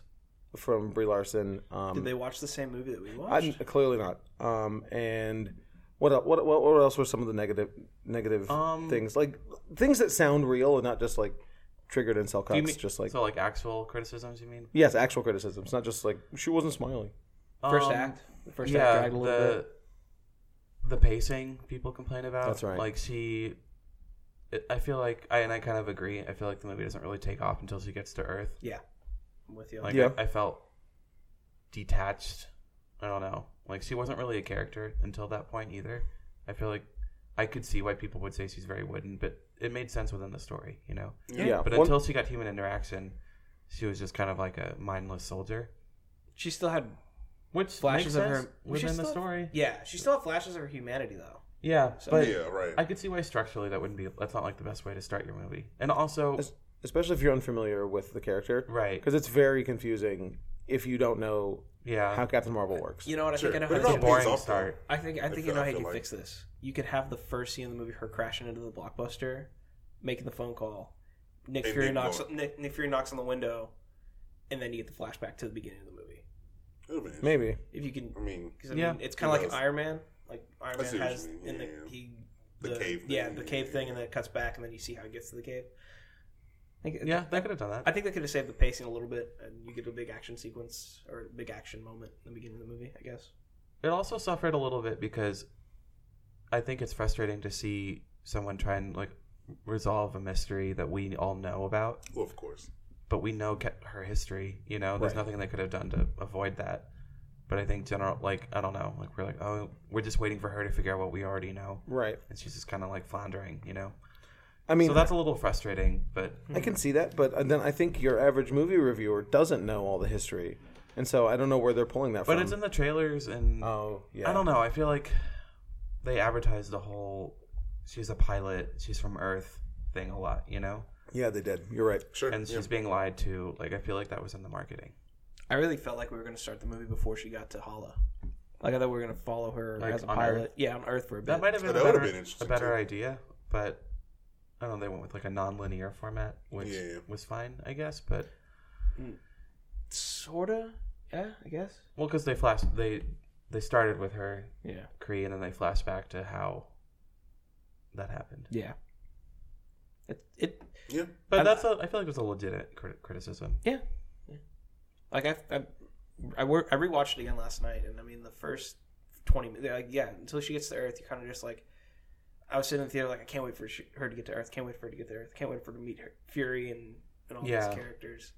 from Brie Larson. Um,
Did they watch the same movie that we
I'm
watched?
clearly not. Um, and what, el- what what what else were some of the negative negative
Um,
things like things that sound real and not just like triggered incel
Do you
cuts?
mean-
just like
so like actual criticisms. You mean
yes, actual criticisms, not just like she wasn't smiling.
First
Um,
act. The first act
yeah,
dragged a little
the
bit.
the pacing people complain about.
That's right.
Like she, it- I feel like I and I kind of agree. I feel like the movie doesn't really take off until she gets to Earth.
Yeah, I'm with you.
Like
Yeah.
I, I felt detached. I don't know. Like she wasn't really a character until that point either. I feel like I could see why people would say she's very wooden, but it made sense within the story, you know.
Yeah,
But
One-
until she got human interaction, she was just kind of like a mindless soldier.
she still had
Which
flashes of
makes
her
sense within
she's
the
still-
story.
Yeah, she still had flashes of her humanity though.
Yeah,
So-
but
yeah, right.
I could see why structurally that wouldn't be. That's not like the best way to start your movie. And also,
Es- especially if you're unfamiliar with the character,
right?
Because it's very confusing if you don't know
Yeah,
how Captain Marvel works.
You know what? I think I know
But
how
it
to
all
it's
do
a
it.
pays
boring
off, though.
start.
I think I think
feel-
you know
I
how
feel
you
like-
fix this. You could have the first scene in the movie her crashing into the blockbuster, making the phone call. Nick
Hey,
Fury
Nick,
knocks
go.
Nick, Nick Fury knocks on the window, and then you get the flashback to the beginning of the movie.
Would've been interesting.
Maybe
If you can,
Oh, I mean,
because I
Yeah.
mean, it's kind of like an
knows?
Iron Man. Like Iron
I
Man
see what you
has
mean,
in the
yeah.
he
The cave
yeah
thing,
the cave
yeah.
thing, and then it cuts back, and then you see how it gets to the cave. I think,
Yeah, they could have done that.
I think they could have saved the pacing a little bit, and you get a big action sequence or a big action moment in the beginning of the movie. I guess.
It also suffered a little bit because I think it's frustrating to see someone try and like resolve a mystery that we all know about,
well, of course.
but we know ca- her history. You know, there's
Right.
nothing they could have done to avoid that. But I think general, like I don't know, like we're like, oh, we're just waiting for her to figure out what we already know,
right.
and she's just kind of like floundering, you know.
I mean,
So that's a little frustrating, but
I can see that, but uh, then I think your average movie reviewer doesn't know all the history, and so I don't know where they're pulling that
but
from.
it's in the trailers and
oh yeah,
I don't know. I feel like they advertised the whole she's a pilot, she's from Earth thing a lot, you know?
Yeah, they did. You're right.
Sure.
And she's being lied to. Like I feel like that was in the marketing.
I really felt like we were going to start the movie before she got to Hala. Like I thought we were going to follow her
Like,
as a
on
pilot.
Earth?
Yeah, on Earth for a bit.
That might have been,
that
a
would've
better,
been
a
interesting,
better
too.
idea, but I don't know, they went with like a non-linear format, which
Yeah, yeah.
was fine, I guess, but
sorta. Yeah, I guess.
well cuz they flashed they they started with her
Yeah.
Cree and then they flashed back to how that happened.
Yeah. It, it
Yeah.
But
I-
that's a I feel like it was a legit crit- criticism.
yeah. Yeah. Like I I I, wor- I rewatched it again last night and I mean the first 20 minutes like yeah, until she gets to Earth, you kind of just like I was sitting in the theater like I can't wait for she, her to get to Earth. Can't wait for her to get to Earth. Can't wait for her to meet her Fury and and all
Yeah.
these characters.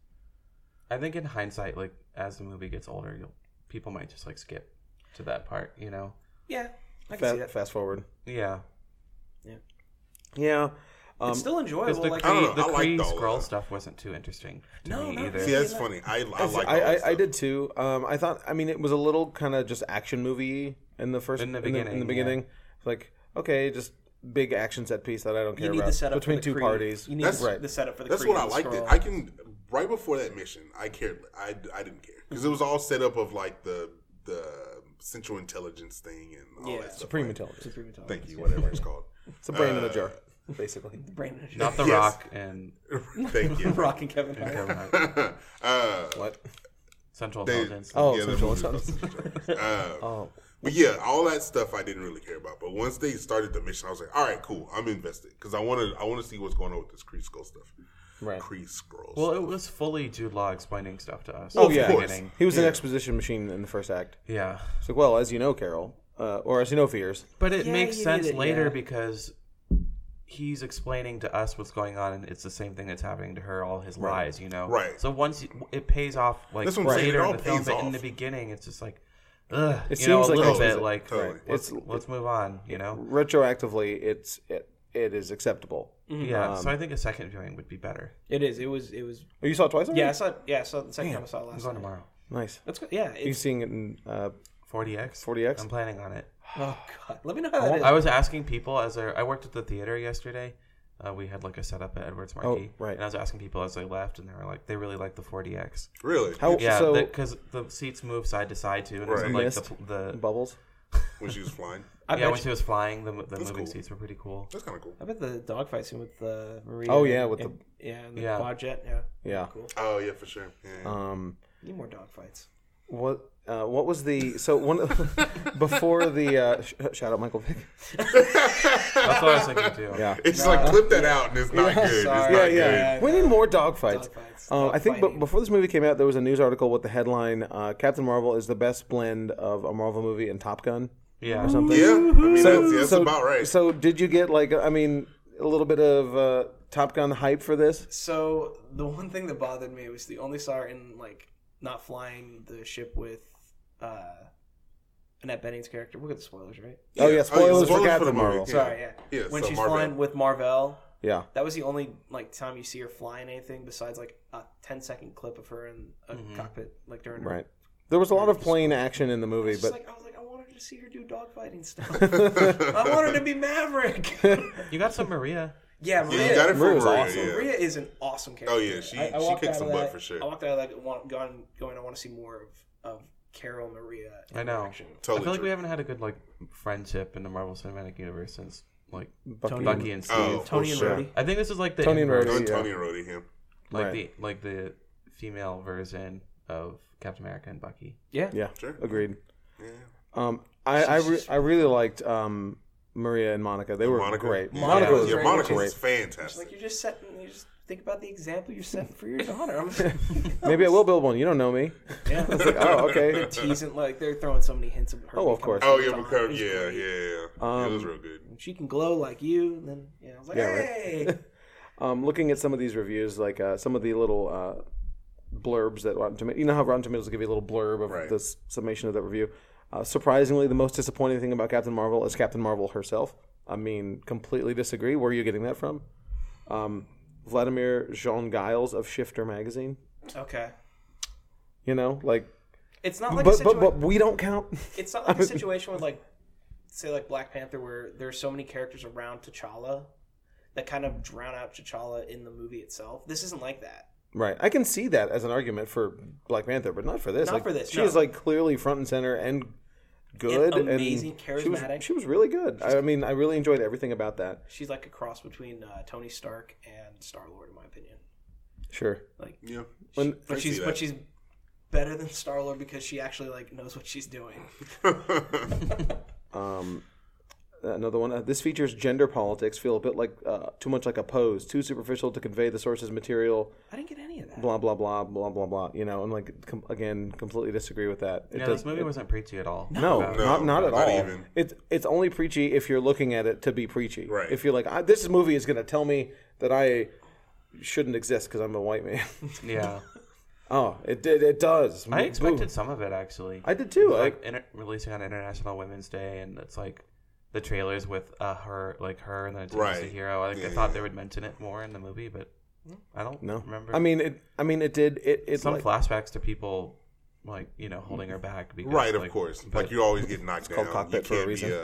I think in hindsight, like as the movie gets older, you'll, people might just like skip to that part, you know?
Yeah. I can see
Fa-
that.
fast forward.
Yeah,
Yeah. Um,
it's still
because
enjoyable.
the
like,
I don't
Kree,
know,
the
I liked
Kree
all
scroll
that.
stuff wasn't too interesting to
No,
me
not
either.
See, that's funny. I, I like. all
I,
that
I, I
stuff.
did too. Um, I thought. I mean, it was a little kind of just action movie in the first
In the
In the,
beginning, yeah.
beginning, like okay, just big action set piece that I don't care
you need
about
the setup
between
for the
two
Kree.
parties.
You need
That's-
the setup for the
That's
Kree
what I
and the
liked. It.
Skrull.
I can right before that mission, I cared. I, I didn't care because it was all set up of like the the central intelligence thing and all
Yeah.
that stuff.
Supreme
like-
intelligence.
Supreme Intelligence.
Thank you, whatever it's (laughs) called.
It's a brain in a
Uh,
jar,
(laughs)
basically.
Brain injury.
Not the
Yes.
Rock and
Thank you.
Rock and Kevin
(laughs)
Hart.
Kevin Hart.
uh,
What?
Central
they-
Intelligence.
Oh,
yeah, the
Central
movie was
Intelligence.
called Central Intelligence. Uh,
Oh,
But yeah, all that stuff I didn't really care about. But once they started the mission, I was like, all right, cool, I'm invested because I want to I want to see what's going on with this Kree Skull stuff.
right.
Kree Scrolls.
Well, it was fully Jude Law explaining stuff to us.
Oh
at the
yeah,
course.
beginning.
he was an exposition machine in the first act.
yeah.
It's like, well, as you know, Carol, uh, or as you know, Fears.
But it
Yeah,
makes
you
sense
did it,
later
yeah.
because he's explaining to us what's going on, and it's the same thing that's happening to her all his lives, you know.
Right.
So once you- it pays off, like
That's what I'm saying, it
later
all
in the film,
pays
but in
off.
the beginning, it's just like, ugh,
It
you know,
seems
a
like
little
it's-
bit like
Totally.
let's
It's-
let's move on, you know.
Retroactively, it's it, it is acceptable.
Yeah. so
Um,
I think a second viewing would be better.
It is. It was. It was.
Oh, you saw it twice? already?
Yeah, I saw. it- Yeah, I saw it the second time I saw it
I'm
last
going
night.
tomorrow.
Nice.
That's good. Yeah.
Are you
It's,
seeing it in uh,
40x.
40X?
I'm planning on it.
oh God. Let me know how that is.
I was asking people as I, I worked at the theater yesterday. Uh, we had like a setup at Edwards Marquee,
Oh, right.
And I was asking people as they left, and they were like, they really liked the 40x.
really
how?
Yeah,
so
because the seats move side to side too, and
Right.
it was
Missed.
like the, the
bubbles.
when she was flying.
I
yeah
bet.
when she was flying, the, the moving
cool.
seats were pretty cool.
That's kind of cool.
I bet the dogfight scene with uh, Maria.
Oh, yeah, with
and, the yeah, and the
Yeah.
quad jet. Yeah.
Yeah.
Cool.
Oh yeah, for sure. Yeah, yeah.
Um,
Need more dogfights.
What uh, what was the so one (laughs) before the uh, sh- shout out Michael Vick?
That's what I was thinking too.
(laughs) Yeah.
(laughs) It's like clip that out, and it's not good. It's not
sorry.
Yeah,
good.
yeah.
Yeah,
We need more dogfights.
Dogfights.
Um, I think, but
Dogfighting.
before this movie came out, there was a news article with the headline uh, "Captain Marvel is the best blend of a Marvel movie and Top Gun"
Yeah.
or something.
Yeah, I mean, that's, that's
so-
about right.
So, oh, did you get like I mean a little bit of uh, Top Gun hype for this?
So the one thing that bothered me was the only saw her in like not flying the ship with uh Annette Bening's character. We'll get the spoilers, right?
Oh yeah,
Oh, yeah,
spoilers,
spoilers
for
for
Captain
the movie.
Marvel.
Yeah.
Sorry, yeah.
Yeah,
when
so
she's
Marvel.
flying with Marvell,
Yeah,
that was the only like time you see her flying anything besides like a 10 second clip of her in a cockpit, like during her.
Mm-hmm. right. There was a lot of plane action in the movie,
It's
but
Just like I was like, I wanted to see her
(laughs)
do dogfighting stuff. (laughs) I wanted to be Maverick.
You got some Maria.
yeah, Maria.
yeah, you got it from
Maria's
Maria.
awesome.
Yeah.
Maria is an awesome character.
Oh yeah, she
I-
she
I walked
kicks
out
some
of
butt
that-
for sure.
I walked out of that want, gone, going. I want to see more of of Carol Maria.
I know.
interaction.
I feel
Totally
like we
true.
haven't had a good like friendship in the Marvel Cinematic Universe since like
Bucky,
Bucky and Steve.
Oh,
Tony
for
and
sure.
Rhodey.
I think this is like the
Tony and
inverse,
Rhodey.
Doing
Yeah.
Tony and Rhodey him.
like
Right.
the like the female version of Captain America and Bucky.
Yeah,
Sure.
agreed.
Yeah.
Um, I I, re- I really liked um, Maria and Monica. They were
Monica.
great.
Yeah.
Monica
yeah,
was
yeah,
great.
Monica
great.
was fantastic.
Like you're just setting. You just think about the example you're setting for your daughter. I'm
Maybe I will build one. You don't know
(laughs)
me.
yeah.
Like, oh, okay.
teasing like they're throwing so many hints of her.
Oh, of
becoming
course.
oh
a
yeah,
daughter.
because,
It was
yeah, yeah,
great.
yeah, it was real good.
She can glow like you, and then yeah, I was like,
Yeah, right.
hey,
Um, looking at some of these reviews, like uh, some of the little uh, blurbs that Rotten Tomatoes, you know how Rotten Tomatoes will give you a little blurb of
Right.
the s- summation of that review. Uh, surprisingly, the most disappointing thing about Captain Marvel is Captain Marvel herself. I mean, completely disagree. Where are you getting that from? Um, Vladimir Jean Giles of Shifter magazine.
okay.
You know, like,
It's not like a
but,
situation.
but but we don't count. (laughs)
it's not like a situation with like say like Black Panther where there's so many characters around T'Challa that kind of drown out T'Challa in the movie itself. This isn't like that.
Right. I can see that as an argument for Black Panther, but not for this.
Not
Like,
for this,
She
no.
is like clearly front and center and good
And
and,
amazing,
She was,
charismatic.
she was really good. I I mean, I really enjoyed everything about that.
She's like a cross between uh, Tony Stark and Star Lord, in my opinion.
Sure.
Yeah.
When
But
I
she's
see
but
that.
she's better than Star Lord because she actually like knows what she's doing.
um, another one. Uh, this features gender politics feel a bit like uh, too much like a pose, too superficial to convey the source's material.
I didn't get any of that.
Blah blah blah blah blah blah. You know, and like com- again, completely disagree with that. It
Yeah,
does-
this movie wasn't preachy at all.
No,
About-
not not at
not
all.
even.
It's it's only preachy if you're looking at it to be preachy.
Right.
If you're like, I, this movie is going to tell me that I shouldn't exist because I'm a white man. (laughs)
Yeah,
oh, it did. It does.
I
Boo.
expected some of it actually.
I did too. I,
like inter- releasing on International Women's Day, and it's like the trailers with uh, her, like her, and then it's
Right.
a hero. I, like, I
Yeah,
thought
yeah,
they would mention it more in the movie, but I don't
no.
remember.
I mean it. I mean it did. It it
some
like,
flashbacks to people, like you know, holding her back. Because,
(laughs) right, of
like,
course.
but-
Like you always get knocked
called
down. You
cockpit
can't
for a reason.
be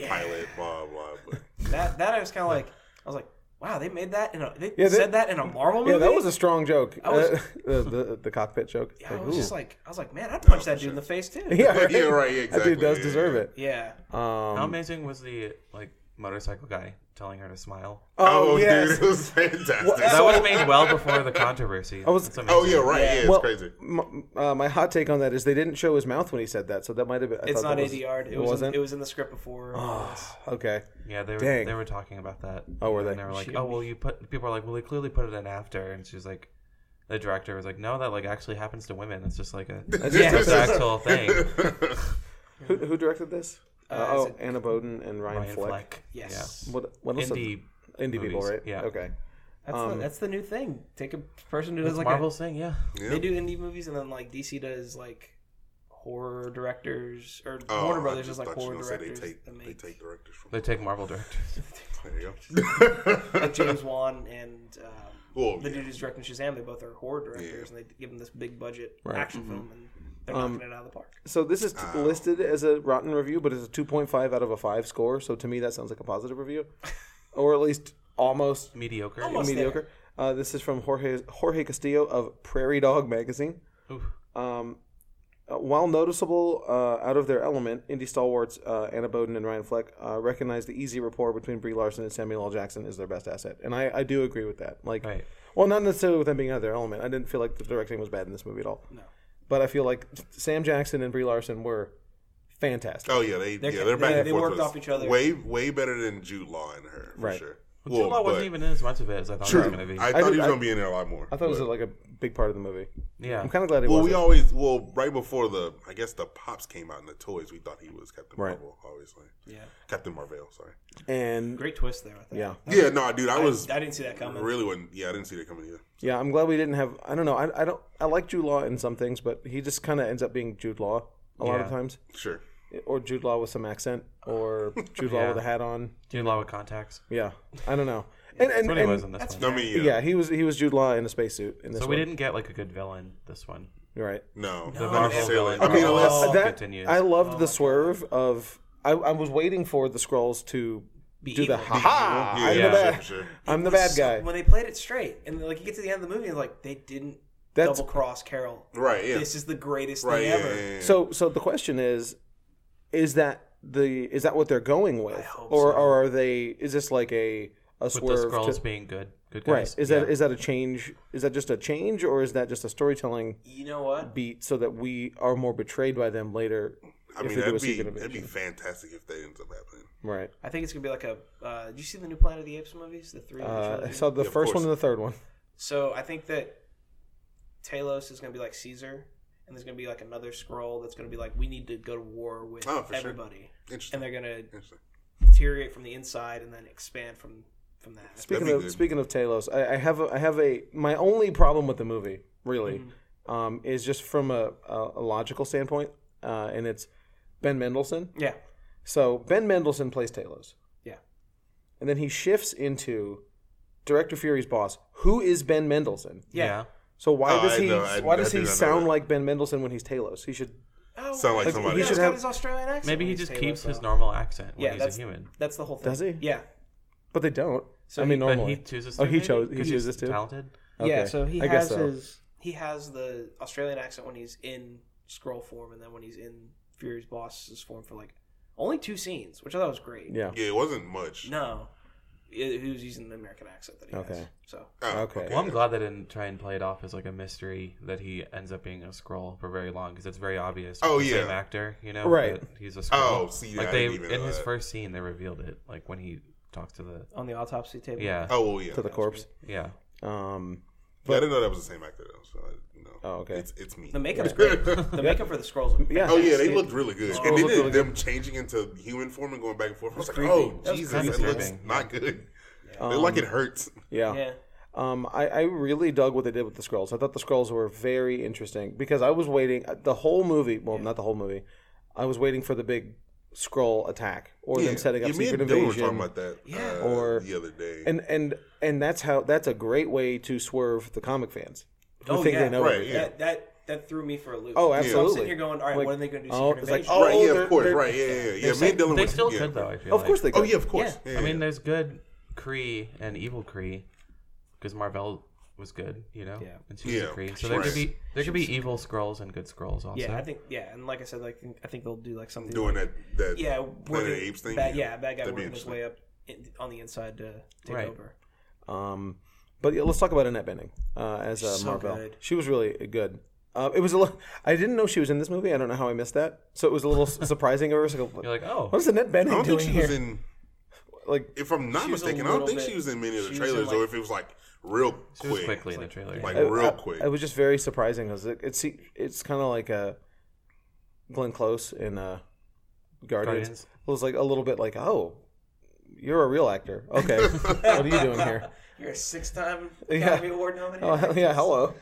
a, a pilot. Blah blah.
(laughs)
But
That that I was kind of like I was like, wow, they made that in a they
Yeah, that-
said that in a Marvel movie.
yeah, that was a strong joke.
was-
Uh, (laughs) the, the the cockpit joke.
Yeah, I
Like,
was
ooh.
just like I was like, man, I'd punch that dude in the face too.
(laughs) yeah, right.
(laughs) yeah, right. Yeah,
That
exactly.
dude does
yeah,
deserve
yeah.
it.
Yeah.
Um,
How amazing was the like motorcycle guy telling her to smile?
Oh,
oh yes.
dude, it was fantastic.
That was made well before the controversy. I
was-
oh yeah, right. Yeah, it's
Well,
crazy.
m- uh, my hot take on that is they didn't show his mouth when he said that, so that might have been. I
It's
thought
not
that was-
ADR. It
It
was
wasn't. Oh.
In, it was in the script before.
(sighs) Okay.
Yeah, they were
Dang.
they were talking about that.
Oh, were they?
And they were like, oh well, you put people are like, well, they clearly put it in after, and she's like, the director was like, no, that like actually happens to women. It's just like a
Yeah.
it's an
(laughs)
actual thing.
Who, who directed this? Uh,
Uh,
oh,
is it-
Anna Boden and Ryan,
Ryan
Fleck.
Fleck.
Yes.
What, what
Yeah.
else?
Indie.
Indie people,
movies,
right?
yeah.
Okay.
That's,
um,
the, that's the new thing. Take a person who does
It's
like a-
Marvel's thing, yeah.
they do indie movies, and then like DC does like horror directors or
Oh,
Warner
I
Brothers
just
is like
thought you were gonna
horror
say
directors
They take,
that
they
make
take directors from.
They take Marvel directors.
There
(laughs)
you (laughs)
like
go.
James Wan and um,
(laughs) Well,
the
Oh, yeah.
dude who's directing Shazam. They both are horror directors, and they give them this big budget
Right. Um,
action
Mm-hmm.
film, and they're knocking it out of the park.
So this is t- listed as a rotten review, but it's a 2.5 out of a 5 score. So to me, that sounds like a positive review, or at least almost
Mediocre.
Almost there.
mediocre. Uh, this is from Jorge Jorge Castillo of Prairie Dog Magazine.
Oof.
Um, uh, while noticeable uh, out of their element, indie stalwarts uh, Anna Boden and Ryan Fleck uh, recognize the easy rapport between Brie Larson and Samuel L. Jackson is their best asset, and I, I do agree with that. Like,
Right.
well, not necessarily with them being out of their element. I didn't feel like the directing was bad in this movie at all.
No.
but I feel like Sam Jackson and Brie Larson were fantastic.
Oh yeah, they
They're-
yeah they're back
they-
and
they
forth.
worked
with us.
off each other.
Way way better than Jude Law and her for
Right.
sure.
Well, Jude Law wasn't
but-
even in as much of it as I thought he was going to be.
I thought he
did-
was
I-
gonna be in there a lot more.
I thought it was
but-
like a big part of the movie.
yeah.
I'm kind of glad it
well,
was.
we always well right before the I guess the pops came out and the toys we thought he was Captain
Right.
Marvel obviously
Yeah,
Captain Marvel sorry
and
great twist there. I thought.
yeah,
yeah no dude I
I,
was
(laughs) I didn't see that coming.
really wasn't yeah I didn't see that coming either
yeah, I'm glad we didn't have. I don't know. I, I don't. I like Jude Law in some things, but he just kind of ends up being Jude Law a lot of
Yeah.
times,
sure
or Jude Law with some accent,
(laughs)
or Jude Law
Yeah.
with a hat on.
Jude Law with contacts.
Yeah, I don't know. And and,
That's what he
and-
was in this one.
I mean yeah,
yeah, he was he was Jude Law in a spacesuit in this
So
one.
we didn't get like a good villain this one.
You're right.
no,
The
not
Marvel
necessarily
villain.
I mean
Oh.
unless
Oh.
that
continues.
I loved the swerve of I, I was waiting for the scrolls to
Be
do the
evil.
ha ha.
Yeah,
I'm
yeah,
the bad.
for sure.
I'm the bad guy.
When they played it straight, and like you get to the end of the movie, and like they didn't
That's-
double cross Carol.
right yeah
This is the greatest
right
thing
yeah,
ever.
yeah, yeah, yeah.
So so the question is, is that the is that what they're going with,
hope
or,
so.
or are they? Is this like a a
With the
swerve? to-
scrolls being good. Good guys.
right. Is that is that a change? Is that just a change, or is that just a storytelling
You know what?
beat so that we are more betrayed by them later?
I
if
mean
they do a
that'd be
secret
that'd be
invasion?
fantastic if that ends up happening
Right.
I think it's gonna be like a. Uh, did you see the new Planet of the Apes movies? The three.
Uh,
trilogy?
I saw the
Yeah, of
first one
course.
and the third one.
So I think that Talos is going to be like Caesar, and there's going to be like another scroll that's going to be like, we need to go to war with
Oh, for sure.
everybody,
interesting
and they're going
(laughs)
to
interesting
deteriorate from the inside and then expand from from that.
Speaking
be
of
good.
speaking of Talos, I, I have a, I have a my only problem with the movie really
Mm.
Mm-hmm.
um, is just from a, a, a logical standpoint, uh, and it's Ben Mendelsohn.
yeah,
So Ben Mendelsohn plays Talos,
yeah.
and then he shifts into Director Fury's boss, who is Ben Mendelsohn.
Yeah.
Yeah.
So why
Oh,
does
I
he
know, I-
why
I
does
do
he
not know
sound
that.
like Ben Mendelsohn when he's Talos? He should
Oh,
Sound like
that's-
somebody
he
yeah,
should
he's
have-
got his Australian accent.
Maybe
when
he
he's
just
Talos,
keeps his
though.
normal accent when
Yeah,
he's
that's-
a human.
That's the whole thing.
Does he?
Yeah.
But they don't.
So
I mean,
he-
But
normally
he chooses to.
Oh, he
maybe?
chose- he
'Cause
chooses
he's
to?
Talented.
Yeah.
Okay.
So he
I guess
has
so.
his he has the Australian accent when he's in scroll form, and then when he's in Fury's boss's form for like only two scenes, which I thought was great.
yeah.
yeah it wasn't much
No, It- he was using the American accent that he has.
Okay.
So
Oh,
Okay.
Well, I'm glad they didn't try and play it off as like a mystery that he ends up being a scroll for very long because it's very obvious. with
Oh,
the
yeah.
same actor, you know,
Right.
that he's a scroll.
Oh, see, yeah,
like
I
they
didn't even
in
know
his
that.
first scene they revealed it, like when he talks to the
on the autopsy table.
yeah
oh well, yeah
To the corpse.
yeah.
Um.
Yeah, I didn't know that was the same actor though. So I, no.
Oh, okay.
It's, it's me.
The
(laughs)
makeup's great. The makeup for the scrolls. Are
Yeah.
oh yeah, they looked really
(laughs)
good. and then
looked really
them changing into human form and going back and forth. I was like,
creepy.
oh
That
was
Jesus,
kinda
that looks
disturbing.
not good.
Um,
It, like it hurts.
Yeah.
Yeah.
Um, I, I really dug what they did with the scrolls. I thought the scrolls were very interesting because I was waiting uh, the whole movie. Well, not the whole movie. I was waiting for the big scroll attack or them setting up
yeah, me
secret
and Dylan were talking
invasion.
about that.
Yeah.
uh,
Or-
the other day.
and and and that's how that's a great way to swerve the comic fans who
Oh
think
yeah.
they know
Right,
everything.
yeah.
That that that threw me for a loop.
Oh,
So I'm
absolutely.
sitting here going, all right,
Like,
what are they going to do?
oh,
Secret
it's like,
invasion?
oh,
right, yeah,
they're-
of course.
they're-
Right, yeah, yeah, yeah. Me and Dylan
They
were
still
Oh, yeah.
could though. I feel
Of course
like.
they. Could.
Oh yeah, of course. Yeah.
I mean, there's good Kree and evil Kree because Marvel was good, you know.
Yeah.
And she's a
Yeah,
Kree, so there could
right.
be there could be evil scrolls and good scrolls also.
Yeah, I think yeah, and like I said, like I think they'll do like something.
doing that that
yeah,
Planet
working,
of the Apes thing.
Bad, yeah, bad guy
That'd be
working his way up in, on the inside to take
Right.
over.
Um, but yeah, let's talk about Annette Bening uh, as uh,
So
Marvel.
good.
She was really good. Uh, it was a. Little, (laughs) I didn't know she was in this movie. I don't know how I missed that. So it was a little (laughs) s- surprising. Or like,
You're like, oh,
what is Annette
I
Bening
don't think
doing
she
here?
was in.
like,
If I'm not
She was a
mistaken, I don't
little
think
bit-
she was in many of the
she was in,
trailers. Or
like-
if it was like real
she was
quick,
quickly in the trailer.
like
yeah.
real
I-
quick.
It was just very surprising because it, it's it's kind of like a Glenn Close in uh, Guardians.
Guardians.
It was like a little bit like, oh, you're a real actor.
(laughs)
Okay, what are you doing here?
(laughs) You're a six-time
(laughs) Yeah.
Academy Award nominee.
Oh hell yeah, hello.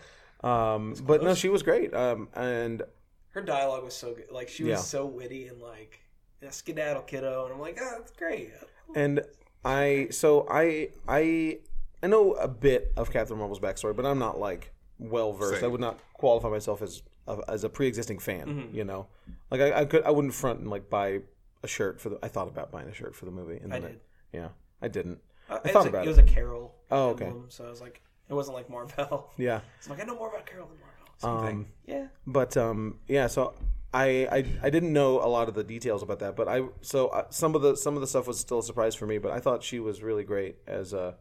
Um, but no, she was great. Um, and
Her dialogue was so good. Like she was
Yeah.
so witty and like yeah, skedaddle kiddo, and I'm like, oh, that's great.
and I so I I I know a bit of Captain Marvel's backstory, but I'm not like well versed.
Same.
I would not qualify myself as of- as a pre existing fan.
Mm-hmm.
You know, like I, I could I wouldn't front and like buy a shirt for the. I thought about buying a shirt for the movie, and
I
then
did.
yeah, I didn't.
Uh,
I
it,
thought
was a,
about
it
it.
was a Carol.
Oh, okay.
album, so I was like, it wasn't like Marvel. (laughs)
Yeah,
It's like I know more about Carol than Marvel.
um,
yeah.
but um, yeah. So I, I I didn't know a lot of the details about that, but I so uh, some of the some of the stuff was still a surprise for me. But I thought she was really great as uh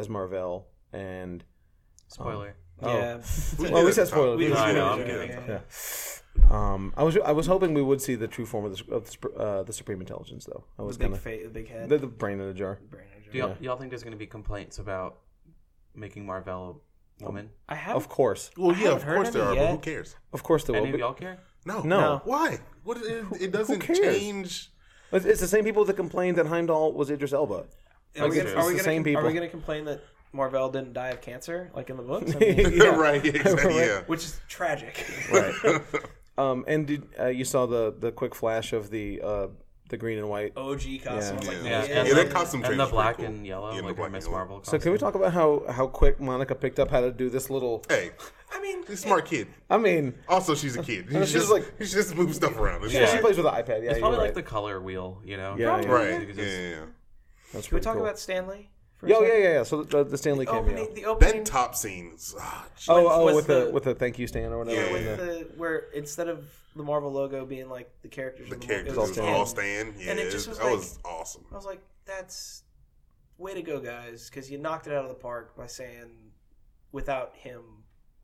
as Marvel, and
Um,
Spoiler.
Oh. (laughs)
Yeah.
Well, at least that's spoilers.
We
We
did
did
it,
I know,
Tom.
I'm
We did it,
kidding.
Tom.
Yeah. Um, I was I was hoping we would see the true form of the of the, Sup- uh, the Supreme Intelligence, though. I was
The big,
kind
fa- the big head.
of the, the brain in the jar.
brain injury.
Do y'all, y'all think there's going to be complaints about making Marvel a woman?
I have.
Of course,
Well,
I
yeah,
haven't
of
heard
course
of
there
it
are, but
yet.
who cares?
of course there
Any
will.
of
But
y'all care?
No.
No.
Why? What it, it doesn't
cares?
(laughs)
change.
it's, it's the same people that complained that Heimdall was Idris
(laughs)
Elba. (laughs)
Are we
Like,
gonna,
it's
are
the
we gonna,
same
com- are
people.
we gonna complain that Marvell didn't die of cancer like in the books?
(laughs)
I mean,
Yeah.
(laughs) right.
(laughs)
Exactly. Yeah.
which is
(laughs)
tragic.
Right. um, and did, uh, you saw the the quick flash of the uh, the green and white.
Oh,
OG costume.
Yeah.
Like,
Yeah,
yeah.
and
Yeah,
the-
that costume change
And the
is pretty
black
cool.
and yellow,
Yeah, the
like
black
her
and
Miss
yellow.
Marvel.
So
Costume.
can we talk about how how quick Monica picked up how to do this little?
Hey,
I mean,
she's a smart kid.
I mean,
Also, she's a kid. She's
She's
just like
like-
she just moves stuff around. It's
Yeah.
fine.
she plays with an iPad. Yeah,
It's
you're
probably like
right.
the color wheel, you know?
Yeah, yeah.
Right.
You
Yeah,
could just-
yeah, yeah.
That's
can we
pretty
talk
cool.
about Stanley? for a
Yeah, oh, yeah,
second?
yeah, yeah. So the, the Stanley
Oh,
cameo.
Opening, the opening.
That top scene. is- ah, gee.
Oh, oh,
with
with the
the-
with the thank you Stan or whatever.
Yeah,
and
with
the-
the, where instead of the Marvel logo being like the characters,
the
of
characters
logo,
was
it was
all
Stan.
stand. Yeah,
And it just was
that
like-
was awesome.
I was like, that's way to go, guys, because you knocked it out of the park by saying without him,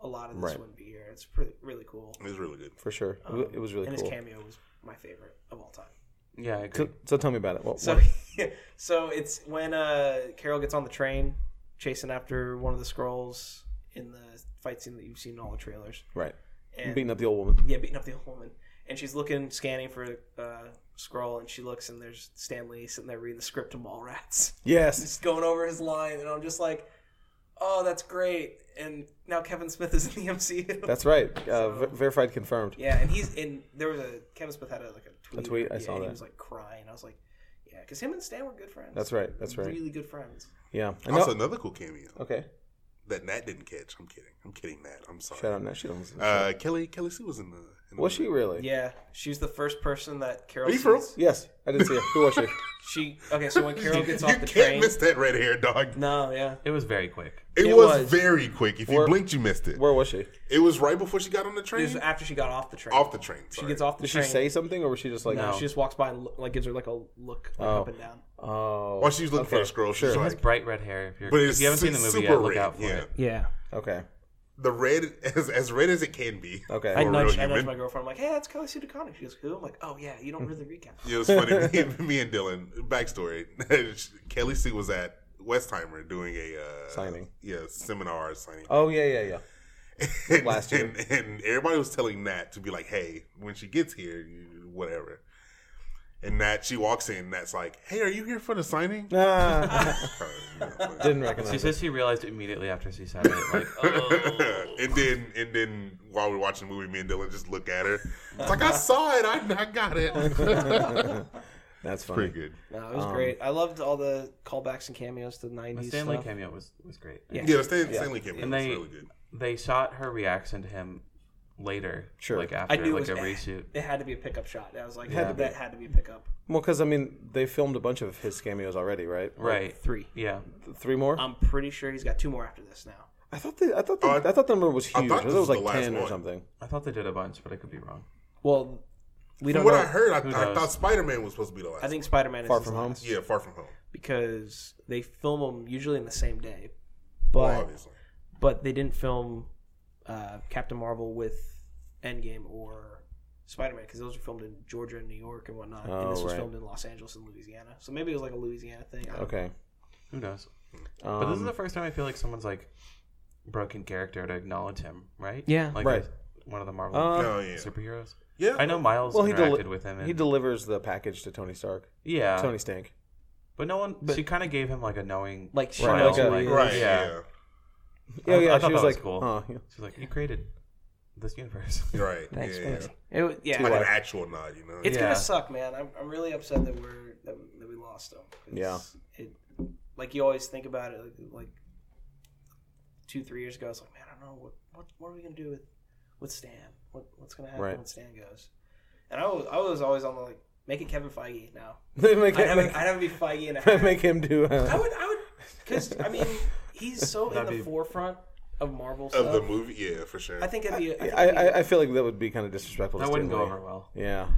a lot of this
Right.
wouldn't be here. It's pretty, really cool.
It was really good.
for sure. It wa- it was really
Um, and
cool.
his cameo was my favorite of all time.
Yeah, I agree.
So, so tell me about it. What,
So,
what-
(laughs) so it's when uh, Carol gets on the train, chasing after one of the scrolls in the fight scene that you've seen in all the trailers,
right,
and
beating up the old woman.
yeah, beating up the old woman, and she's looking, scanning for uh, scroll, and she looks, and there's Stanley sitting there reading the script to Mallrats, (laughs)
Yes,
just going over his line, and I'm just like, oh, that's great, and now Kevin Smith is in the (laughs) MCU.
that's right. Uh, ver- verified, confirmed.
Yeah, and he's in. There was a Kevin Smith had a, like a tweet.
tweet, I
yeah,
saw
and
that.
He was like crying. I was like, yeah, because him and Stan were good friends.
That's right. That's right.
Really good friends.
Yeah. I know-
Also, another cool cameo
okay.
that Nat didn't catch. I'm kidding. I'm kidding, Nat. I'm sorry.
Shout out Nat Shields.
Uh, Kelly Kelly Sue was in the. In
was
the
she really?
Yeah, she was the first person that Carol.
Are you for real?
sees.
Yes, I did see her. Who was
(laughs)
she?
She okay.
(laughs)
So when Carol gets
you
off the
can't
train,
miss that red hair, dog.
no, yeah,
It was very quick.
It,
It
was,
was.
very quick. If you
Where-
blinked, you missed it.
Where was she?
It was right before she got on the
it was
train.
after she got off the train.
Off the train. Sorry.
she gets off the
Did she
train.
say something, or was she just like,
No, she just walks by and lo- like gives her like a look like,
Oh.
up and down.
oh,
While she was looking for
Okay,
a scroll,
sure.
she's
It has
like,
bright red hair. If, you're,
but it's
if you haven't seen the movie yet,
red.
look out for
yeah.
it.
Yeah,
okay,
The red (laughs) as as red as it can be.
okay.
I
For
nudged,
real
I nudged
human.
my girlfriend. I'm like, hey, that's Kelly Sue DeConnick. She goes, who? I'm like, oh yeah, you (laughs) don't really
(laughs)
recap.
It was funny. (laughs) me, me and Dylan. Backstory: (laughs) Kelly Sue was at Westheimer doing a uh,
Signing.
yeah, seminar signing.
oh yeah, yeah,
(laughs)
yeah.
(laughs) and,
last year.
And, and everybody was telling Nat to be like, "Hey, when she gets here, you- whatever." And Nat, she walks in. Nat's like, "Hey, are you here for
(laughs)
the signing?"
Ah, didn't
She
recognize. her.
says she realized immediately after she said it,
(laughs)
like, oh.
(laughs) and then, and then, while we're watching the movie, me and Dylan just look at her.
(laughs)
It's like I saw it. I, I got it.
That's funny.
Pretty good.
No, it was great. I loved all the callbacks and cameos to the '90s.
Stanley
stuff.
cameo was, was great.
Yeah, the Stan, Stanley came in.
And
It's
they-
really good.
They shot her reaction to him later,
Sure.
like after
knew it (laughs)
like
was
a
bad.
reshoot.
It had to be a pickup shot. I was like,
Had to be.
that had to be a pickup.
Well, because I mean, they filmed a bunch of his cameos already, right? Like,
Right.
Three.
Yeah.
three more.
I'm pretty sure he's got two more after this now.
I thought they, I thought the,
Oh, I-
I thought the number was
I
huge. I
thought
thought it
this was
was
the
like
last
ten or
one.
something.
I thought they did a bunch, but I could be wrong.
Well, we don't
From what
know.
I heard, I, I
knows?
thought Spider Man was supposed to be the last.
I think Spider Man is
Far
his
from home.
last,
Yeah, Far From Home.
because they film them usually in the same day,
Well,
but
obviously.
but they didn't film uh, Captain Marvel with Endgame or Spider Man because those were filmed in Georgia and New York and whatnot,
Oh,
and this was
right.
filmed in Los Angeles and Louisiana. So maybe it was like a Louisiana thing. I don't
Okay.
Who knows?
Um,
But this is the first time I feel like someone's like broken character to acknowledge him, right?
Yeah.
Like
Right.
a- one of the Marvel
Uh,
oh yeah,
superheroes.
yeah.
I know Miles
well, he
interacted
deli-
with him. And, Uh,
he delivers the package to Tony Stark.
yeah.
Tony Stank.
But no one. she kind of gave him like a knowing.
Like, she
smile,
knows who
like,
he is.
Right.
Yeah.
Yeah.
Yeah,
I- I
yeah.
thought
she was
that was
like,
cool.
"Oh, yeah." (laughs)
She's like, you created this universe. (laughs)
Right.
Thanks,
yeah,
thanks.
yeah.
It was, yeah,
Like
I-
an actual nod, you know.
It's
Yeah.
gonna suck, man. I'm, I'm really upset that we're that, that we lost him. It's- It, like you always think about it, like, like two three years ago, I was like, man, I don't know what what, what are we gonna do with with Stan? What what's gonna happen
Right.
when Stan goes? And I was I was always on the like make it Kevin
(laughs)
Feige now.
They make,
I'd have,
make, (laughs)
it- I'd have it be Feige and a hat.
make him do.
(laughs)
Uh,
I would I would because I mean he's
(laughs)
so in the
That'd be-
forefront of Marvel
of
stuff.
the movie, yeah, for sure.
Uh, I think it'd be. I, think
I,
it'd be-
I, I feel like that would be kind of disrespectful.
that
to
wouldn't go
Stanley.
over well.
Yeah,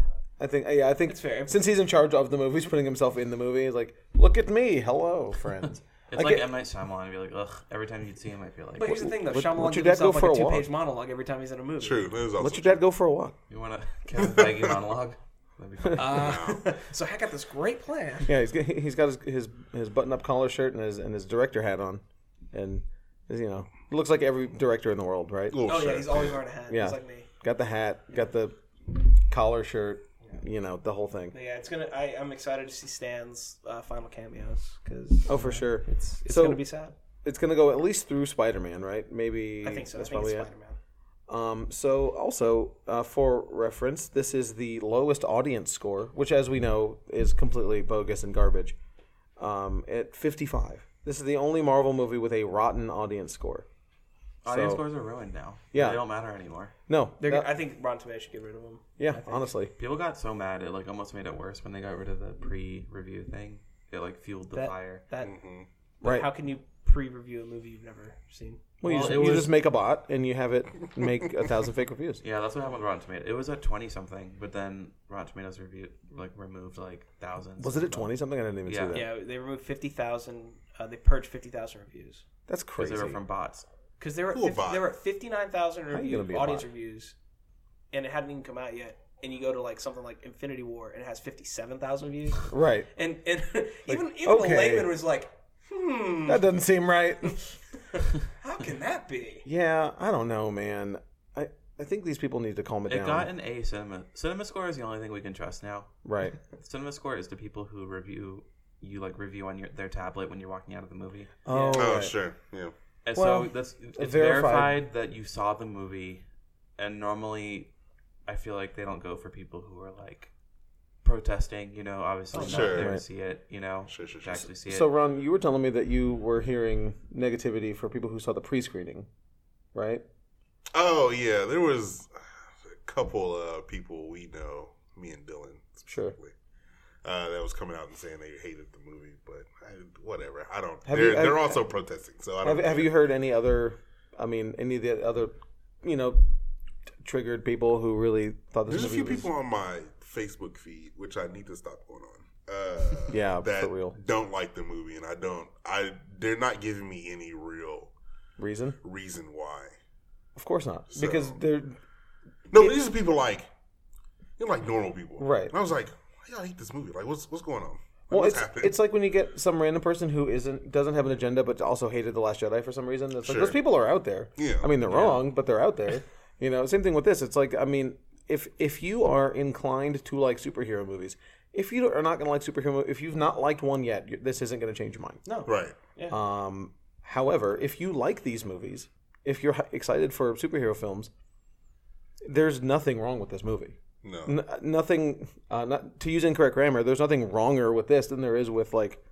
I think. Yeah, I think.
It's fair.
(laughs)
Since he's in charge of the movie, he's putting himself in the movie. He's like, "Look at me, hello, friends."
It's
I
like
get-
M Night Shyamalan. I'd be like, ugh. Every time you'd see him, I'd be like,
But here's the thing, though.
would-
Shyamalan
would your
gives
dad go
himself like a
for a walk?
two-page monologue every time he's in a movie.
True. That is also
Let your dad go for a walk.
you want a Kevin Feige monologue? That'd be fun.
Uh, so I got this great plan.
Yeah, he's got, he's got his his, his button up collar shirt and his and his director hat on, and you know looks like every director in the world, right?
Cool
Oh yeah,
shit.
he's always wearing a hat.
Yeah.
He's like me.
Got the hat, got the collar shirt, you know the whole thing.
But yeah, it's gonna. I, I'm excited to see Stan's uh, final cameos because
Oh, for sure.
it's it's
So-
gonna be sad.
It's gonna go at least through Spider Man, right? Maybe
I think so.
That's
I think
probably
it's
it.
Spider Man.
Um, so also uh, for reference, this is the lowest audience score, which, as we know, is completely bogus and garbage. Um, at fifty-five, this is the only Marvel movie with a rotten audience score. (laughs)
Audience
so-
scores are ruined now.
Yeah.
They don't matter anymore.
No,
They're,
that-
I think Ron Tomatoes should get rid of him.
yeah, honestly,
People got so mad it like almost made it worse when they got rid of the pre-review thing. It like fueled the
That-
fire.
That
right.
how can you pre-review a movie you've never seen?
well, you,
Well,
just,
it
you
was-
just make a bot and you have it make a thousand fake
(laughs)
reviews.
Yeah, that's what happened with Rotten Tomatoes. It was at twenty something, but then Rotten Tomatoes review like removed like thousands.
Was it
of
at
them.
twenty something? I didn't even
Yeah.
see that.
Yeah, they removed fifty thousand. Uh, they purged fifty thousand reviews
That's
'Cause
crazy.
They were from bots.
because they were at
Who a
50,
bot?
they were at fifty nine thousand
you gonna be a
audience
bot?
reviews, and it hadn't even come out yet. And you go to like something like Infinity War and it has fifty seven thousand views.
Right.
And and (laughs) even even
okay.
the layman was like, hmm,
Mm.
That doesn't seem right. (laughs)
how can that be?
yeah, I don't know, man. I I think these people need to calm it,
It
down.
got an A cinema. Cinema score is the only thing we can trust now. (laughs)
right.
Cinema score is the people who review you like review on your their tablet when you're walking out of the movie.
Oh,
Oh
right.
sure. Yeah.
And
Well,
so that's it's
verified.
verified. that you saw the movie, and normally, I feel like they don't go for people who are like protesting. You know, obviously not
Oh, Sure.
there
Right.
to see it. You know,
Sure, sure,
to
sure.
actually see it.
So, Ron, you were telling me that you were hearing negativity for people who saw the pre-screening, right?
Oh yeah, there was a couple of people we know, me and Dylan specifically, uh, that was coming out and saying they hated the movie. But I, whatever, I don't.
Have
they're
you- have-
they're also protesting, so I don't.
Have, have you heard any other? I mean, any of the other, you know, t- triggered people who really thought this
There's a
movie
few
was-
people on my Facebook feed which I need to stop going on. Uh,
(laughs) Yeah,
that
for real.
don't like the movie, and I don't. I they're not giving me any real
reason?
reason why.
Of course not, because they're
No, but these are people like they're like normal people,
Right.
And I was like, why y'all hate this movie? Like, what's what's going on? Like,
well,
what's
it's it's like when you get some random person who isn't doesn't have an agenda but also hated the Last Jedi for some reason. It's like
Sure.
those people are out there.
Yeah.
I mean they're wrong, but they're out
(laughs)
there. You know, same thing with this. It's like I mean, if if you are inclined to like superhero movies, if you are not going to like superhero, mo- if you've not liked one yet, you- this isn't going to change your mind.
No,
right.
Um, however, if you like these movies, if you're h- excited for superhero films, there's nothing wrong with this movie.
No,
N- nothing, uh, not to use incorrect grammar. There's nothing wronger with this than there is with like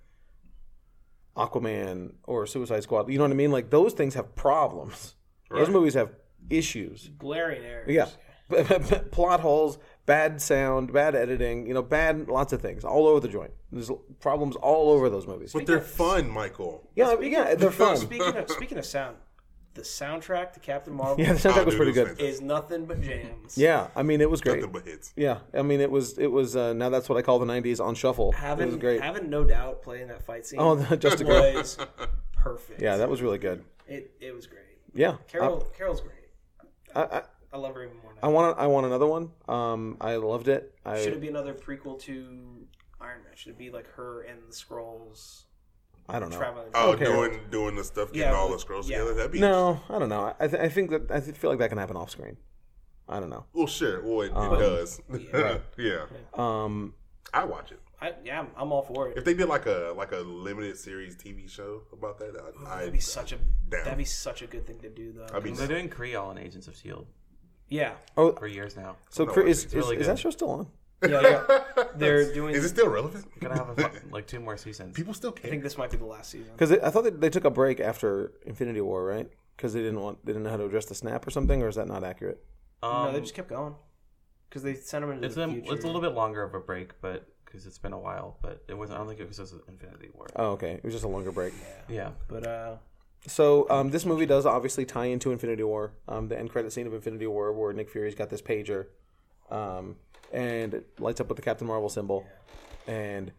Aquaman or Suicide Squad. You know what I mean? Like those things have problems. Those movies have issues.
glaring errors.
Yeah, (laughs) plot holes, bad sound, bad editing. You know, bad lots of things all over the joint. There's l- problems all over those movies.
but they're fun, Michael.
Yeah, I mean, yeah, they're fun. (laughs)
Speaking of speaking of sound, the soundtrack to Captain Marvel
Yeah, (laughs) the soundtrack
Oh,
was
dude,
pretty
it was
good.
is nothing but jams.
Yeah, I mean it was great.
Nothing but hits.
Yeah, I mean it was it was uh, now that's what I call the '90s on shuffle. it was
Having
great.
having no doubt playing that fight scene.
Oh, (laughs) just a great.
was perfect.
Yeah, that was really good.
it it was great.
Yeah,
Carol Carol's great.
I I,
I love her even more
I
now.
want I want another one. Um, I loved it. I
Should it be another prequel to Iron Man? Should it be like her and the scrolls
I don't know.
traveling?
Oh,
Okay.
doing doing the stuff, getting
Yeah,
all
but-
the scrolls
yeah.
together. That'd be
No, I don't know. I th- I think that I th- feel like that can happen off screen. I don't know.
Well, sure. Well, it, it does. (laughs) Yeah.
Um,
I watch it.
I, yeah, I'm, I'm all for it.
If they did like a like a limited series TV show about that, I,
That'd
I'd, (laughs)
be such a
down.
that'd be such a good thing to do though.
I'd be.
they're doing Kree all in Agents of Shield
yeah,
oh,
E for years now.
so Chris, is, is,
really
is
good.
that show still on?
yeah, yeah. They're doing.
Is it still relevant?
We're gonna have a, fu- like two more seasons.
People still
I
care.
think this might be the last season.
Because I thought that they took a break after Infinity War, right? Because they didn't want they didn't know how to address the snap or something, or is that not accurate?
no,
Um,
they just kept going because they sent them into
it's
the
a
future.
it's a little bit longer of a break, but because it's been a while. But it wasn't. I don't think it was just Infinity War.
Oh, okay. It was just a longer break.
yeah.
but uh,
So um, this movie does obviously tie into Infinity War, um, the end credit scene of Infinity War, where Nick Fury's got this pager, um, and it lights up with the Captain Marvel symbol. and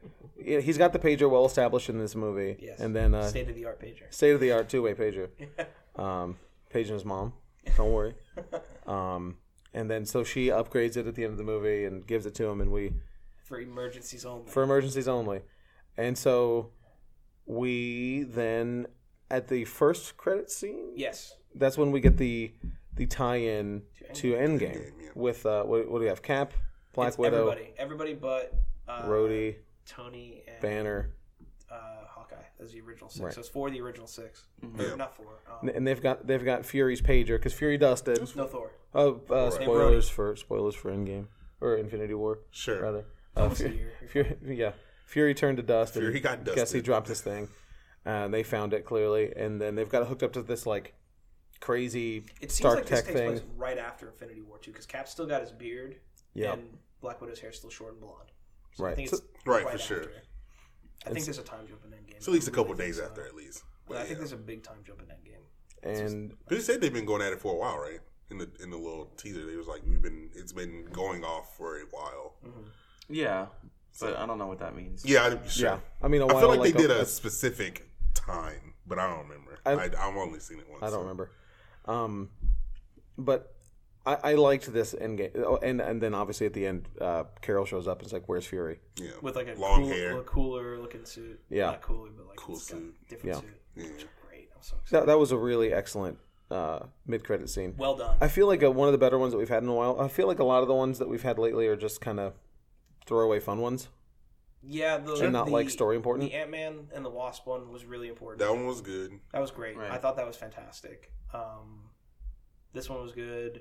yeah, he's got the pager well established in this movie.
Yes.
And then uh,
State of the art pager.
state of the art two way pager. Um, paging his mom. Don't worry. Um, and then so she upgrades it at the end of the movie and gives it to him, and we
For emergencies only.
for emergencies only. And so we then at the first credit scene,
yes.
that's when we get the the tie-in to Endgame
Endgame, yeah.
with uh, what, what do we have? Cap, Black
It's
Widow,
Everybody. Everybody but uh,
Rhodey,
Tony, and
Banner,
uh, Hawkeye. That's the original six.
Right.
So it's four of the original 6
Yeah.
Or not four.
uh,
Um,
N- and they've got they've got Fury's pager because Fury dusted.
no Thor.
Oh, uh,
Rhodey.
spoilers for spoilers for Endgame or Infinity War
Sure.
rather. Uh,
Almost a
Fury,
year.
Fury, yeah, Fury turned to dust. and
Fury got
Guess he
dusted.
dropped his thing. Uh, they found it clearly, and then they've got it hooked up to this like crazy
It seems
Stark
like this
Tech
takes
thing.
place right after Infinity War 2 because Cap's still got his beard
Yeah.
and Black Widow's hair is still short and blonde. So I
right.
think
So-
it's
Right, for sure.
I think there's a time jump in Endgame.
So at least a couple
I really
days
think so.
after, at least. But
But I
yeah.
think there's a big time jump in Endgame.
and
They said they've been going at it for a while, right? In the in the little teaser, they was like, "We've been it's been going off for a while."
Mm-hmm.
Yeah, but I don't know what that means.
Yeah, I'd be sure.
yeah, I mean, a
I
while
feel like, they did
a-
a, specific time, but I don't remember.
I-
I, I've only seen it once.
I
so.
don't remember. Um, but I, I liked this end game, oh, and and then obviously at the end, uh, Carol shows up and is like, "Where's Fury?"
Yeah,
With like a
long
cool,
hair.
a cooler looking suit.
Yeah.
Not cooler, but like
Cool
it's got
suit.
Different
Yeah.
suit.
Yeah.
Which is great. I'm so excited.
That that was a really excellent uh, mid credit scene.
Well done.
I feel like uh one of the better ones that we've had in a while. I feel like a lot of the ones that we've had lately are just kind of throwaway fun ones.
yeah, the
And not,
the-
like, story important?
The Ant Man and the Wasp one was really important.
that one was good.
That was great.
Right.
I thought that was fantastic. Um, this one was good.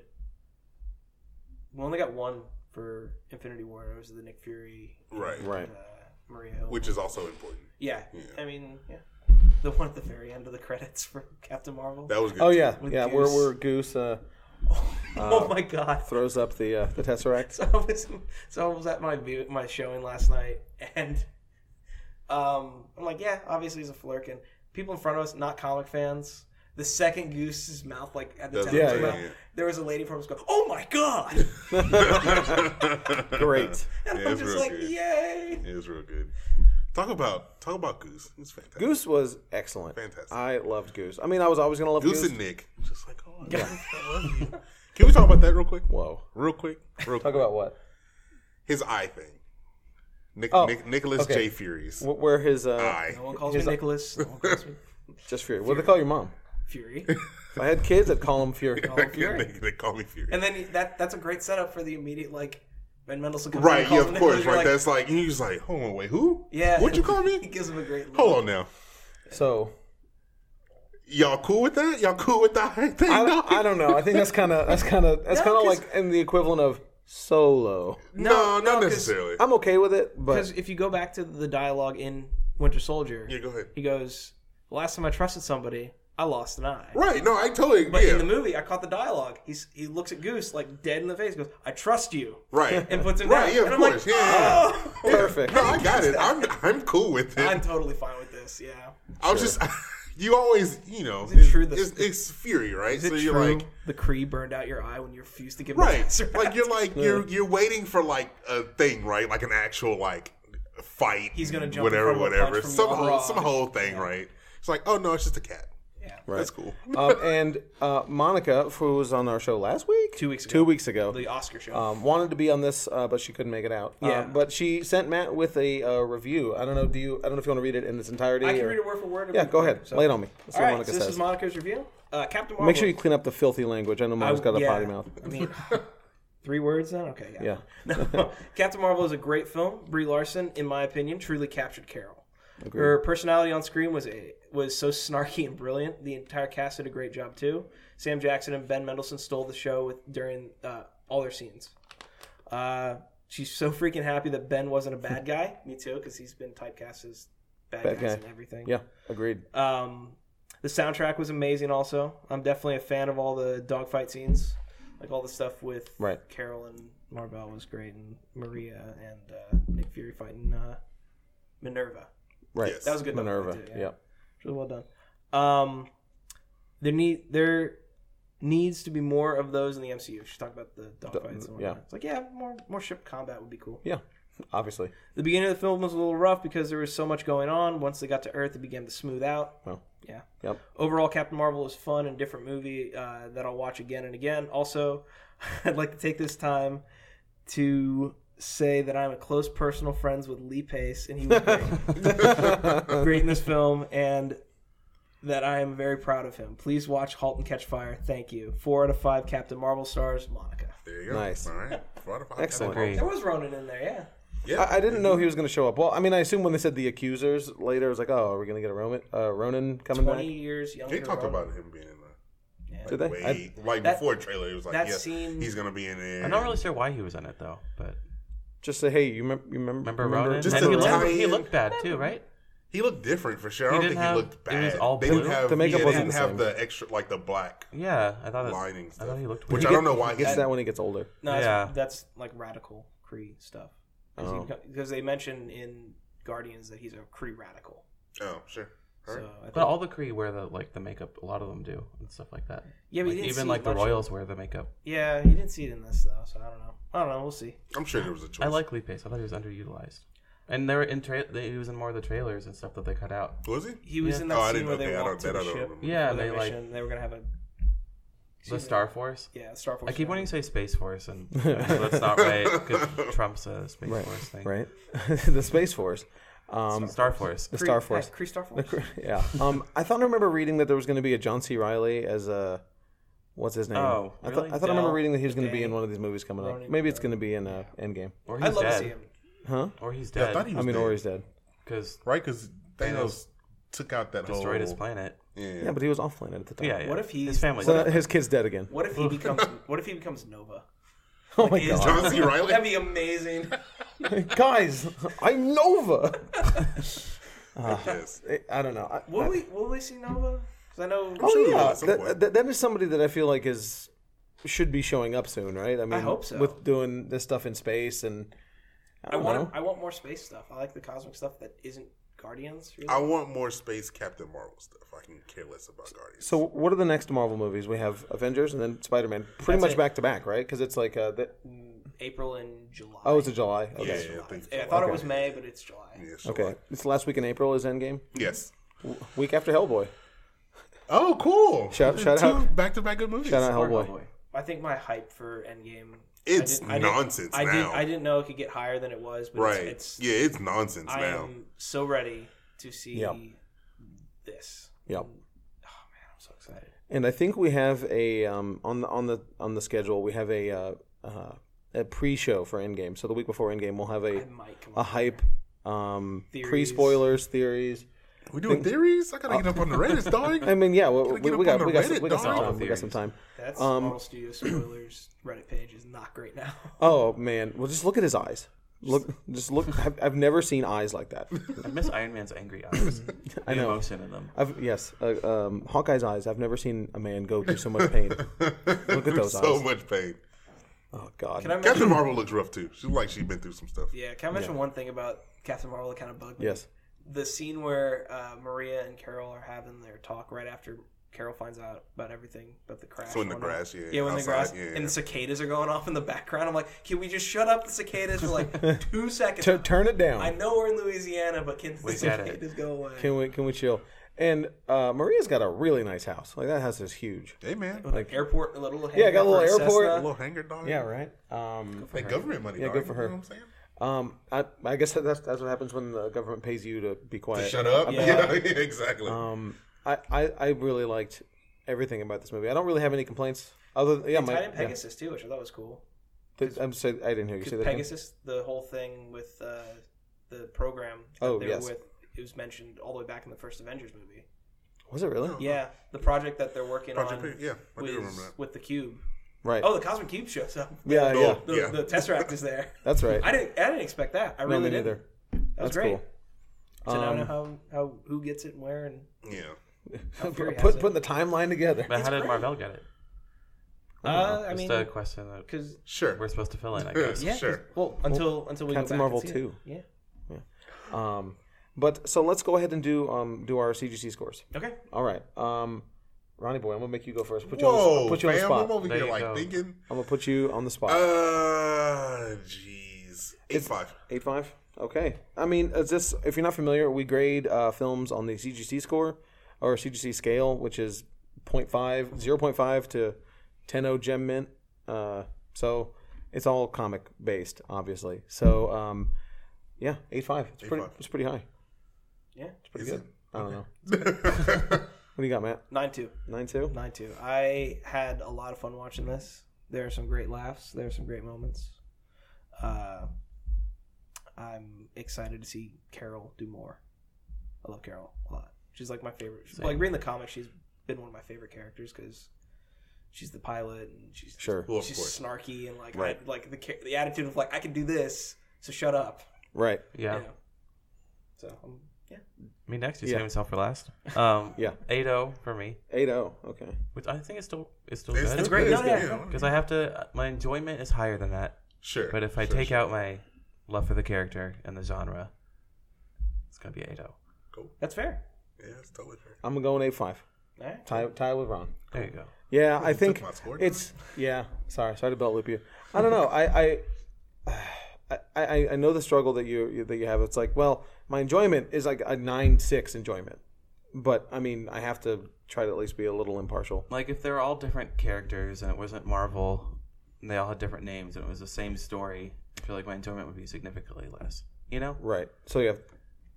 We only got one for Infinity War. and It was the Nick Fury,
Right.
and,
Right.
Uh, Maria Hill.
Which is also important.
yeah,
Yeah.
I mean, yeah, the one at the very end of the (laughs) credits for Captain Marvel.
That was good.
Oh
too.
yeah,
With
yeah. Where
Goose.
where Goose uh,
oh my god!
throws up the uh, the tesseract.
(laughs) So I was, so I was at my view, my showing last night, and um, I'm like, yeah, obviously he's a flurkin. People in front of us, not comic fans. The second goose's mouth, like at the
That's
top of his
yeah,
mouth,
yeah.
there was a lady from us going, "Oh my god!"
(laughs)
(laughs)
Great.
And
Yeah,
(laughs) I'm
it's
just
real
like,
good.
"Yay!"
It was real good. Talk about talk about Goose. It's fantastic. Goose,
Goose was excellent.
Fantastic.
I loved Goose. I mean, I was always gonna love Goose.
and Nick. Just like, oh, I love you. I love you. (laughs) Can we talk about that real quick?
Whoa.
Real quick. Real
Talk
quick.
about what?
his eye thing. Nick,
Oh,
Nick Nicholas
okay.
J. Fury's
Wh- Where his uh,
eye. (laughs)
No one calls
He's
me
a-
Nicholas. No one calls me
Just Fury. What do they call your mom?
Fury.
If I had kids, I'd call them
(laughs)
Fury.
Call him Fury.
they, they call me Fury.
And then he- that that's a great setup for the immediate like Ben Mendelsohn. Comes in
right,
and calls
yeah,
him
of
Nicholas,
course,
you're
right.
like,
That's like and he's like, hold on, wait, who?
yeah.
what'd you call
(laughs) he (laughs)
me?
gives him a great. Look.
Hold on now.
So
Y'all cool with that? Y'all cool with that eye thing?
I
no,
don't, I don't know. I think that's kind of that's kind of that's
No,
kind of
'cause-
like in the equivalent of solo.
no,
No, no,
not
'cause-
necessarily.
I'm okay with it,
Because
but
if you go back to the dialogue in Winter Soldier,
Yeah, go ahead.
he goes, "The last time I trusted somebody, I lost an eye."
Right, no, I totally
But
yeah.
in the movie, I caught the dialogue. He's he looks at Goose like dead in the face. Goes, "I trust you,"
right.
(laughs) and puts him
Right,
down.
yeah, of
and I'm
course,
like,
yeah, yeah,
"Oh." (laughs)
perfect.
no, I got it. I'm I'm cool with it.
I'm totally fine with this. Yeah.
I'll just (laughs) you always you know
it
it's,
true that-
it's, it's Fury, right?
Is it
so
true
you're like
the Cree burned out your eye when you refused to give him the
right
tesseract?
like you're like you're you're waiting for like a thing right like an actual like fight
He's gonna jump in
whatever
front of a
whatever
punch from
some
Rob
whole,
Rob.
some whole thing right it's like oh no it's just a cat
yeah.
that's cool
um, and uh, Monica, who was on our show last week,
Two weeks ago.
two weeks ago,
(laughs) The Oscar show.
um, wanted to be on this, uh, but she couldn't make it out.
Yeah.
Um, but she sent Matt with a uh, review. I don't know. Do you? I don't know if you want to read it in its entirety.
I can
or-
read it word for word.
Yeah, go ahead. Lay it on me. Let's see
All
what
right,
Monica
so this
says.
is Monica's review. Uh, Captain Marvel.
Make sure you clean up the filthy language. I know Mom's got a
Yeah.
potty mouth.
I mean, three words then? Okay, yeah.
Yeah.
(laughs)
(laughs)
No, Captain Marvel is a great film. Brie Larson, in my opinion, truly captured Carol. Her personality on screen was a, was so (laughs) snarky and brilliant. The entire cast did a great job too. Sam Jackson and Ben Mendelsohn stole the show with during uh, all their scenes. Uh, she's so freaking happy that Ben wasn't a bad guy. Me too, because he's been typecast as bad,
Bad
guys
guy.
and everything.
Yeah. Agreed.
Um, the soundtrack was amazing. Also, I'm definitely a fan of all the dogfight scenes, like all the stuff with
Right.
Carol and Marvel was great, and Maria and uh, Nick Fury fighting uh, Minerva.
Right.
Yes.
That was a good. dogfight,
Minerva.
too,
yeah.
It's really well done. Um, there need there needs to be more of those in the MCU. She talked about the dogfights. and
yeah.
whatnot. it's like yeah, more more ship combat would be cool.
Yeah.
(laughs)
obviously. (laughs)
The beginning of the film was a little rough because there was so much going on. Once they got to Earth, it began to smooth out.
Well,
Yeah.
yep.
Overall, Captain Marvel is fun and different movie uh, that I'll watch again and again. Also, (laughs) I'd like to take this time to say that I'm a close personal friends with Lee Pace, and he
(laughs)
was great, great in this film, and that I am very proud of him. Please watch *Halt and Catch Fire*. Thank you. Four out of five Captain Marvel stars, Monica.
There you go.
Nice.
All right. Four out of five.
Excellent.
Agree.
There was Ronan in there, yeah.
Yeah.
I, I didn't know he was going to show up. Well, I mean, I assume when they said the accusers later, I was like, oh, are we going to get a Roman, uh, Ronan coming
Twenty
back?
years younger.
They talked
Ronan.
about him being in the
Did they?
way
I-
like
That-
before trailer. It was like,
that
yeah,
scene-
he's gonna be in there.
I'm not really sure why he was in it though, but
just say, hey, you remember? You remember?
remember, Ronan?
Just
And
to
he,
tie
looked, he
in-
looked bad too, right?
He looked different for sure. I
He
don't
didn't
think
have-
he looked
it
bad.
was all
they
blue.
didn't have
The makeup
yeah, they
wasn't
didn't
the
have
same.
the extra like the black
Yeah, I thought it,
lining stuff.
I thought he looked
which I
weird.
don't know why
Gets
he
that when he gets older.
No, that's,
Yeah.
that's like radical Cree stuff.
Um, Oh.
Because they mention in Guardians that he's a Cree radical.
Oh, sure. All right.
So I think,
But all the Kree wear the like the makeup. A lot of them do and stuff like that.
Yeah, but you
Like,
didn't
even
see
like the
much of-
Royals wear the makeup.
yeah, he didn't see it in this though, so I don't know. I don't know. We'll see.
I'm sure there was a choice.
I like Lee Pace. I thought he was underutilized, and they were in tra- they, he was in more of the trailers and stuff that they cut out.
Was he?
He was
Yeah.
in
Oh,
that
I
scene
didn't.
where
Okay,
they
I
walked
don't.
to
That I
the
don't
ship
remember.
Yeah,
for their
they like
mission. They were gonna have a
the
Excuse me.
Star Force.
yeah Star Force.
I keep
mission.
wanting to say Space
(laughs)
Force, and that's not right because Trump's a Space
Right.
Force thing.
Right. (laughs) the Space Force. Um,
Star Force.
the
Kree-
Star
hey,
Force.
Kree uh, Star Force.
(laughs) yeah. Um, I thought I remember reading that there was going to be a John C. Riley as a what's his name?
Oh,
I thought
really?
I thought I remember
Del-
reading that he was going to be
Dang.
in one of these movies coming up.
Ronan.
Maybe it's going to be in uh, Endgame,
Or he's
I'd love
dead.
to see him.
huh?
Or he's
Yeah, I
dead.
thought he
I
was
mean,
dead.
or he's dead.
because
right because Thanos took out that whole
destroyed his planet.
Yeah. (laughs)
Yeah, but he was off planet at the time.
Yeah, yeah.
What if he-
his family?
Oh. So
died.
his kid's dead again. (laughs)
What if
(laughs)
he becomes? What if he becomes Nova?
Oh my
Is-
god, (laughs)
John C. Reilly? (laughs)
That'd be amazing.
guys, I'm Nova.
yes.
I- Eh, I don't know. I,
Will we? Will we see Nova? Because I know.
oh
sure we will
yeah,
at some
That-
point.
that- that is somebody that I feel like is should be showing up soon, right? I mean,
hope so.
With doing this stuff in space and I,
I
don't
want.
know.
I want more space stuff. I like the cosmic stuff that isn't Guardians. Really.
I want more space Captain Marvel stuff. I can care less about Guardians.
So what are the next Marvel movies? We have Avengers and then Spider Man, pretty
That's
much
it.
back to back, right? Because it's like uh, the,
April and July.
oh, it's a July.
yeah,
Okay,
yeah, I think
Yeah, I
so.
thought it
Okay.
was May, but it's July.
Yeah, sure.
okay. It's the last week in April is Endgame.
Yes.
Week after Hellboy.
Oh, cool.
Shout- shout
Two
out-
back-to-back good movies.
Shout out
Or
Hellboy.
Hellboy.
I think my hype for Endgame.
It's
I didn't- I didn't-
nonsense
I
now.
didn't. I didn't know it could get higher than it was, but
right.
it's. it's
yeah, it's nonsense
I
now.
am so ready to see
Yep.
this.
Yep.
Oh man, I'm so excited.
And I think we have a um, on the on the on the schedule we have a uh, uh, a pre show for Endgame. So the week before Endgame, we'll have a
I might come.
a
up.
hype um,
Theories.
pre spoilers theories.
We doing theories? I gotta get up on the
(laughs)
Reddit, dog. (laughs)
I mean, yeah, we,
Gotta
we,
get
we
up
got
on the
we got, some,
Reddit,
we got some
dog.
time. We got some time.
That's
Um,
Marvel Studios spoilers Reddit page is not great now.
Oh man, well just look at his eyes. Look, just look. I've, I've never seen eyes like
(laughs)
that.
I miss Iron Man's
(laughs)
angry eyes. I know. emotion in them.
I've yes, uh, um, Hawkeye's eyes. I've never seen a man go through so much
(laughs)
pain. Look at those
so
eyes.
much pain.
Oh God.
Can I mention?
Captain Marvel looks rough too. She look like she's been through some stuff.
Yeah, can I mention one thing about Captain Marvel that kind of bugged me?
yes.
the scene where uh, Maria and Carol are having their talk right after Carol finds out about everything, about the crash.
So in the
and whatnot.
grass, yeah,
yeah, when the
outside,
grass
yeah,
and
yeah.
the cicadas are going off in the background. I'm like, can we just shut up the cicadas
(laughs)
for like two seconds?
T- turn it down.
I know we're in Louisiana, but can the
get it.
cicadas go away?
Can we can we chill? And uh, Maria's got a really nice house. Like that house is huge.
Hey man,
like airport, a little
Yeah, got a little
hangar for
airport.
a
Cessna.
little hanger dog.
Yeah. Right. Um.
Hey, government money. Yeah, dog.
good for her.
You know what I'm saying?
Um. I, I guess that's that's what happens when the government pays you to be quiet.
Shut up.
Yeah.
Yeah, (laughs) exactly.
Um. I, I I really liked everything about this movie. I don't really have any complaints. Other than, yeah,
They
my
tied in Pegasus too, which I thought was cool.
yeah. Th- I'm sorry, I didn't hear you say
Because
that. again.
Pegasus, the whole thing with uh, the program that
Oh,
they
yes.
were with, it was mentioned all the way back in the first Avengers movie.
Was it really?
Yeah, the project that they're working
Uh-huh. Project
on
Pe- yeah, I do
was
remember that.
with the cube.
Right.
Oh, the Cosmic Cube shows up. (laughs)
yeah. Yeah.
No.
The,
Yeah.
the Tesseract is there.
That's right.
I didn't. I didn't expect that. I
no,
really
me
didn't.
neither.
That was
That's
great.
cool. Um,
So now I know how, how who gets it and where and
yeah.
how Fury has
(laughs) Put,
it.
putting the timeline together.
But how did Marvel get it?
uh, I
Just
mean,
a question that
because
Sure.
we're supposed to fill in, I guess.
yeah,
Sure.
Well, until until we
Captain
go back
Marvel
and see it.
two.
Yeah.
Um, but so let's go ahead and do um do our CGC scores.
Okay.
All right, um, Ronnie boy, I'm gonna make you go first. Put you on
Whoa,
the, put you Oh. on the
fam,
spot.
I'm over
There
here
you
like
go.
thinking.
I'm gonna put you on the spot.
Uh, jeez. It's eight five.
Eight five. Okay. I mean, is this? If you're not familiar, we grade uh, films on the CGC score or CGC scale, which is 0.5, 0.5 to 10.0 gem mint. Uh, so it's all comic based, obviously. So um, yeah, eight five. It's pretty.
8.5.
It's pretty high.
Yeah.
It's pretty good. I don't know. What do you got, Matt?
Nine two.
Nine two.
Nine two. I had a lot of fun watching this. There are some great laughs. There are some great moments. Uh, I'm excited to see Carol do more. I love Carol a lot. She's like my favorite. Like reading the comics, she's been one of my favorite characters because she's the pilot and she's
Sure.
(laughs) Well, of
she's
course.
snarky and like I-
Right.
like the ca- the attitude of like I can do this, so shut up.
Right.
you
Yeah.
know? So um, yeah,
Me next. You
Yeah.
saved himself
(laughs)
for last. Um,
Yeah.
Eight zero for me,
Eight zero. Okay.
which I think is still is still
It's
good.
still
great.
good.
No, yeah.
yeah.
Because I have to. My enjoyment is higher than that.
Sure.
But if I
sure,
take
sure.
out my love for the character and the genre, it's gonna be eight zero.
that's fair.
Yeah, it's totally fair.
I'm going eight five.
All right.
Tie tie with Ron.
There you go.
Yeah, I think
my score.
it's yeah. Sorry, sorry to belt loop you. I don't know. I I (sighs) I, I, I know the struggle that you you- that you have. It's like, well, my enjoyment is like a nine six enjoyment, but I mean, I have to try to at least be a little impartial.
Like if they're all different characters and it wasn't Marvel, and they all had different names and it was the same story, I feel like my enjoyment would be significantly less. You know?
Right. So yeah,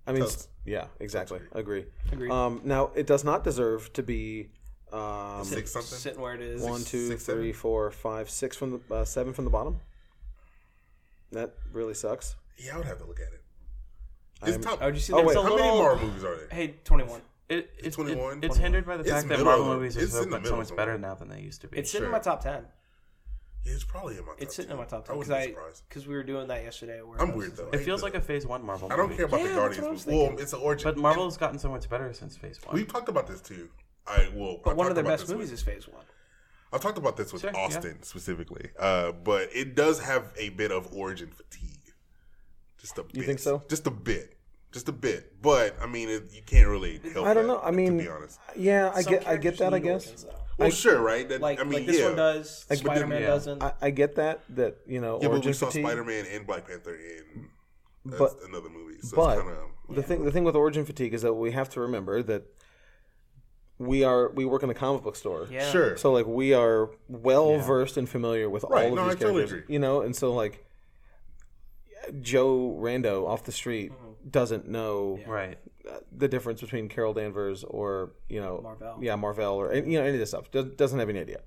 I mean,
Toast.
yeah, exactly. Agree.
Agreed.
Um, now it does not deserve to be um,
Six something.
Sitting where it is.
one, two,
six, seven?
three, four, five, six from the uh, seven from the bottom. That really sucks.
Yeah, I would have to look at it. It's top.
Oh, did you see?
Oh,
There's
wait.
a
How
little.
many Marvel movies
(laughs)
are there?
Hey, twenty one.
It, it's
21,
it- it's hindered by the
It's
fact that
middle
Marvel
of-
movies are
it's
so,
in the
much- so
middle
much
of-
better now than they used to be.
It's sitting in my top ten.
Yeah, it's probably in my. Top
It's sitting in
10.
my top
I
ten
wouldn't
because
be
I
surprised.
because we were doing that yesterday. Where
I'm
I was
weird
just
though.
like-
it
I
feels
hate
like a Phase One Marvel.
the- I don't
movie.
care about
Yeah,
the
that's what I was
Guardians. movie. Well,
thinking.
it's an origin.
But Marvel's gotten so much better since Phase One.
We've talked about this too. I will.
But one of their best movies is Phase One.
I've talked about this with
Sure, yeah.
Austin specifically, uh, but it does have a bit of origin fatigue. Just a bit.
think so?
Just a bit. Just a bit. But I mean, it, you can't really help.
I don't
that,
know. I mean,
to be honest.
yeah, I
Some
get, I
characters
get that. I
need
guess.
origins, though.
Well, sure, right? That,
Like
I mean,
like this
yeah.
one does. Spider Man
yeah.
doesn't.
I, I get that. That you know,
Yeah, but
origin
we saw
fatigue.
Spider Man and Black Panther in that's
But-
another movie, so
but-
it's kind of
The thing, the thing with origin fatigue is that we have to remember that we are we work in a comic book store.
yeah.
sure.
So like we are well versed and familiar with
Right,
all of
no,
these
I totally
characters,
agree.
you know, and so like Joe Rando off the street
Mm-hmm.
doesn't know
Right.
the difference between Carol Danvers or you know
Marvel. Mm-hmm.
yeah Marvel or you know any of this stuff Does- doesn't have any idea,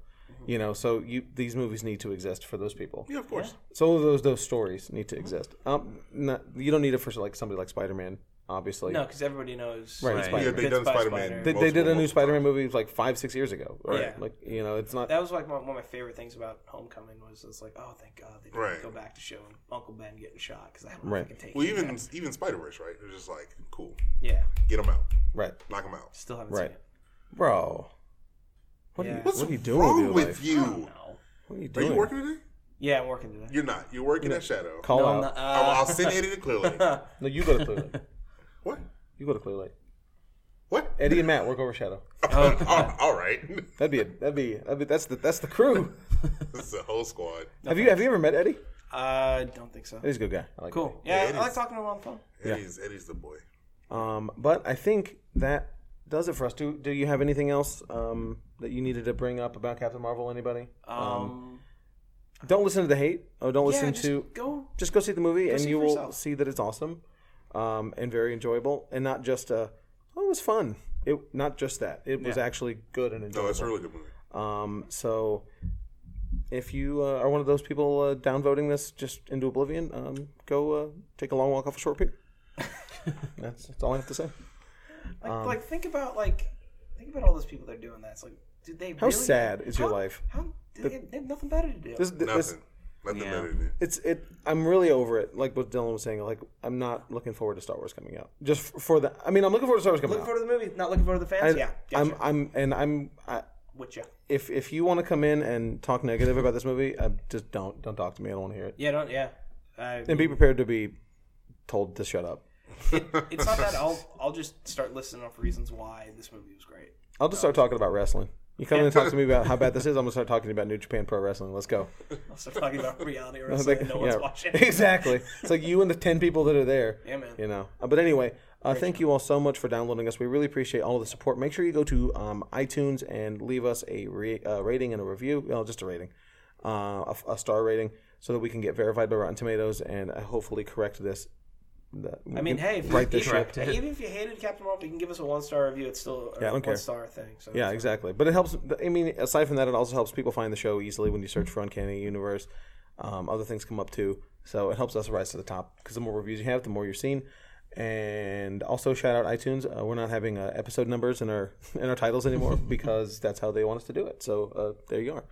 you know. So you these movies need to exist for those people.
yeah, of course.
So those those stories need to exist. Um, not, you don't need it for like somebody like Spider Man, obviously.
No, because everybody knows.
Right,
like,
Spider-Man.
Yeah, they've
Good
done
Spy
Spider-Man.
They,
Most
they did
of
a
them
new
are-
Spider Man movie like five six years ago. Right.
Yeah.
Like you know it's not
That was like my, one of my favorite things about Homecoming was it's like, oh, thank God they didn't
Right.
go back to showing Uncle Ben getting shot because I don't
Right.
know if I can take
Well,
it.
even even Spider Verse, right? They're just like, cool,
Yeah,
get them out,
right,
knock them out.
still haven't
Right.
seen it.
bro. What are
Yeah.
you
What's
What are you doing
wrong
with, your
with
life?
you?
No.
What are you
Are
doing?
you working today?
Yeah, I'm working today.
You're not. You're working at Shadow.
Call
No,
out.
I'm not-
I'll, I'll
uh,
send Eddie to
(laughs)
Clear Lake.
No, you go to Clear
(laughs)
Lake.
What?
You go to Clear Lake.
What? (laughs)
Eddie and oh. Matt work over Shadow.
all, all right. (laughs)
That'd be a, that'd be that'd be that's the that's the
(laughs)
crew. (laughs)
this is a whole squad.
have you have you ever met Eddie?
I don't think so.
Eddie's a good guy. I like
Cool. Yeah,
it
I like
is.
talking to him on the phone.
Eddie's Eddie's the boy.
Eddie. Um, but I think that does it for us. Do do you have anything else um that you needed to bring up about Captain Marvel? Anybody?
Um,
Don't listen to the hate. Oh, don't
yeah,
listen
just
to
go.
just go see the movie and
see
you
for
will
yourself.
see that it's awesome um, and very enjoyable and not just a oh it was fun it not just that it was actually good and
No,
enjoyable
it's a really good movie.
um, so if you uh, are one of those people uh, downvoting this just into oblivion um, go uh, take a long walk off a short pier that's, that's all I have to say
Like,
um,
like, think about like, think about all those people that are doing that. It's like, did they?
how
really,
sad is your
how-
life
How did they, they have nothing better to do?
this, this,
Nothing. Nothing
Yeah.
better than
it's it i'm really over it like what dylan was saying like i'm not looking forward to star wars coming out just f- for the i mean i'm looking forward to star wars coming
looking
out
forward to the movie, not looking forward to the fans.
I-
yeah,
I'm,
gotcha.
I'm, and I'm. I,
with you.
if if you want to come in and talk negative about this movie, uh, just don't don't talk to me. I don't want to hear it.
Yeah, don't. Yeah, I,
And be prepared to be told to shut up. (laughs)
it's not that. I'll I'll just start listing off reasons why this movie was great.
I'll just start talking about wrestling. You come in and talk to me about how bad this is. I'm gonna start talking about New Japan Pro Wrestling. Let's go.
I'll start
(laughs)
talking about reality wrestling. and no one's
Yeah,
watching.
(laughs)
(laughs)
Exactly. It's like you and the ten people that are there.
Yeah, man.
You know. Uh, But anyway, uh, thank you all so much for downloading us. We really appreciate all the support. Make sure you go to um, iTunes and leave us a re- uh, rating and a review. Well, just a rating, uh, a, f- a star rating, so that we can get verified by Rotten Tomatoes and uh, hopefully correct this. the-
I mean, hey, if
right
you,
this
even,
ship.
Correct. (laughs)
hey, even if you hated Captain Marvel, you can give us a one star review. It's still a
Yeah, I don't
one
care.
star thing. So
Yeah, exactly. But it helps. I mean, aside from that, it also helps people find the show easily when you search for Uncanny Universe. Um, other things come up too, so it helps us rise to the top because the more reviews you have, the more you're seen. And also, shout out iTunes. Uh, we're not having uh, episode numbers in our (laughs) in our titles anymore because that's how they want us to do it. So uh, there you are.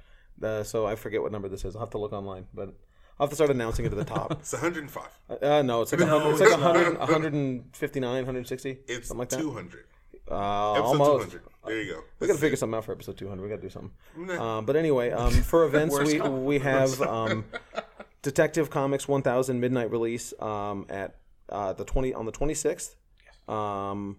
Uh, so I forget what number this is. I'll have to look online, but I'll have to start announcing it at the top.
(laughs) It's 105.
Uh, no, it's like a hundred it's like 100, 159, 160,
It's
something like that.
200.
Uh,
Episode
almost.
200. There you go.
We gotta figure something out for episode 200. We gotta do something. Um, but anyway, um,
(laughs)
for events, we we have um, Detective Comics 1000 midnight release um, at uh, the 20 on the 26th. Um,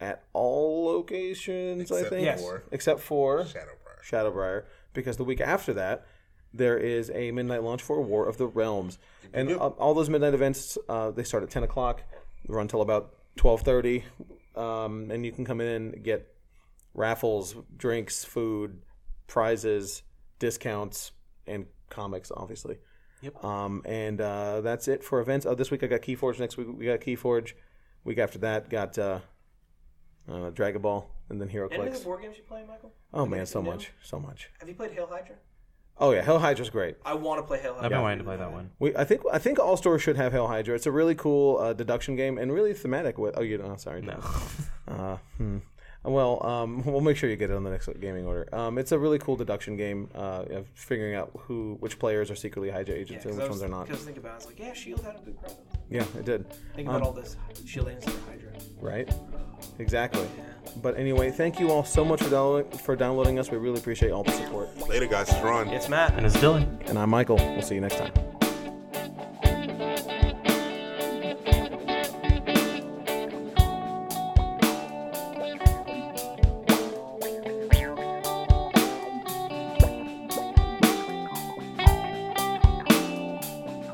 at all locations, I
Except
think,
Yes. for-
except for
Shadowbriar.
Shadowbriar, because the week after that there is a midnight launch for War of the Realms, and uh, all those midnight events uh, they start at ten o'clock, run till about twelve thirty, um, and you can come in and get raffles, drinks, food, prizes, discounts, and comics, obviously.
Yep.
Um, and uh, that's it for events. Oh, this week I got Keyforge. Next week we got Keyforge. Week after that got uh, uh, Dragon Ball, and then Hero
Any other
Clicks.
board games you play, Michael?
Oh man, so
new?
much, so much.
Have you played Hail Hydra?
Oh yeah, Hell Hydra's great.
I want to play Hail Hydra.
I've been wanting to play that one.
We, I think I think all stores should have Hail Hydra. It's a really cool uh, deduction game and really thematic. With oh, you don't. Oh, sorry, no. (laughs) Uh, hmm. Well, um, we'll make sure you get it on the next gaming order. Um, it's a really cool deduction game uh, of figuring out who which players are secretly Hydra agents and which ones are not.
Because think about it, it's like, yeah, Shield had a big problem.
Yeah, it did.
Think about all this Shield and Hydra.
Right? Exactly. But anyway, thank you all so much for downloading, for downloading us. We really appreciate all the support.
Later, guys. It's Ron.
It's Matt.
And it's Dylan.
And I'm Michael. We'll see you next time.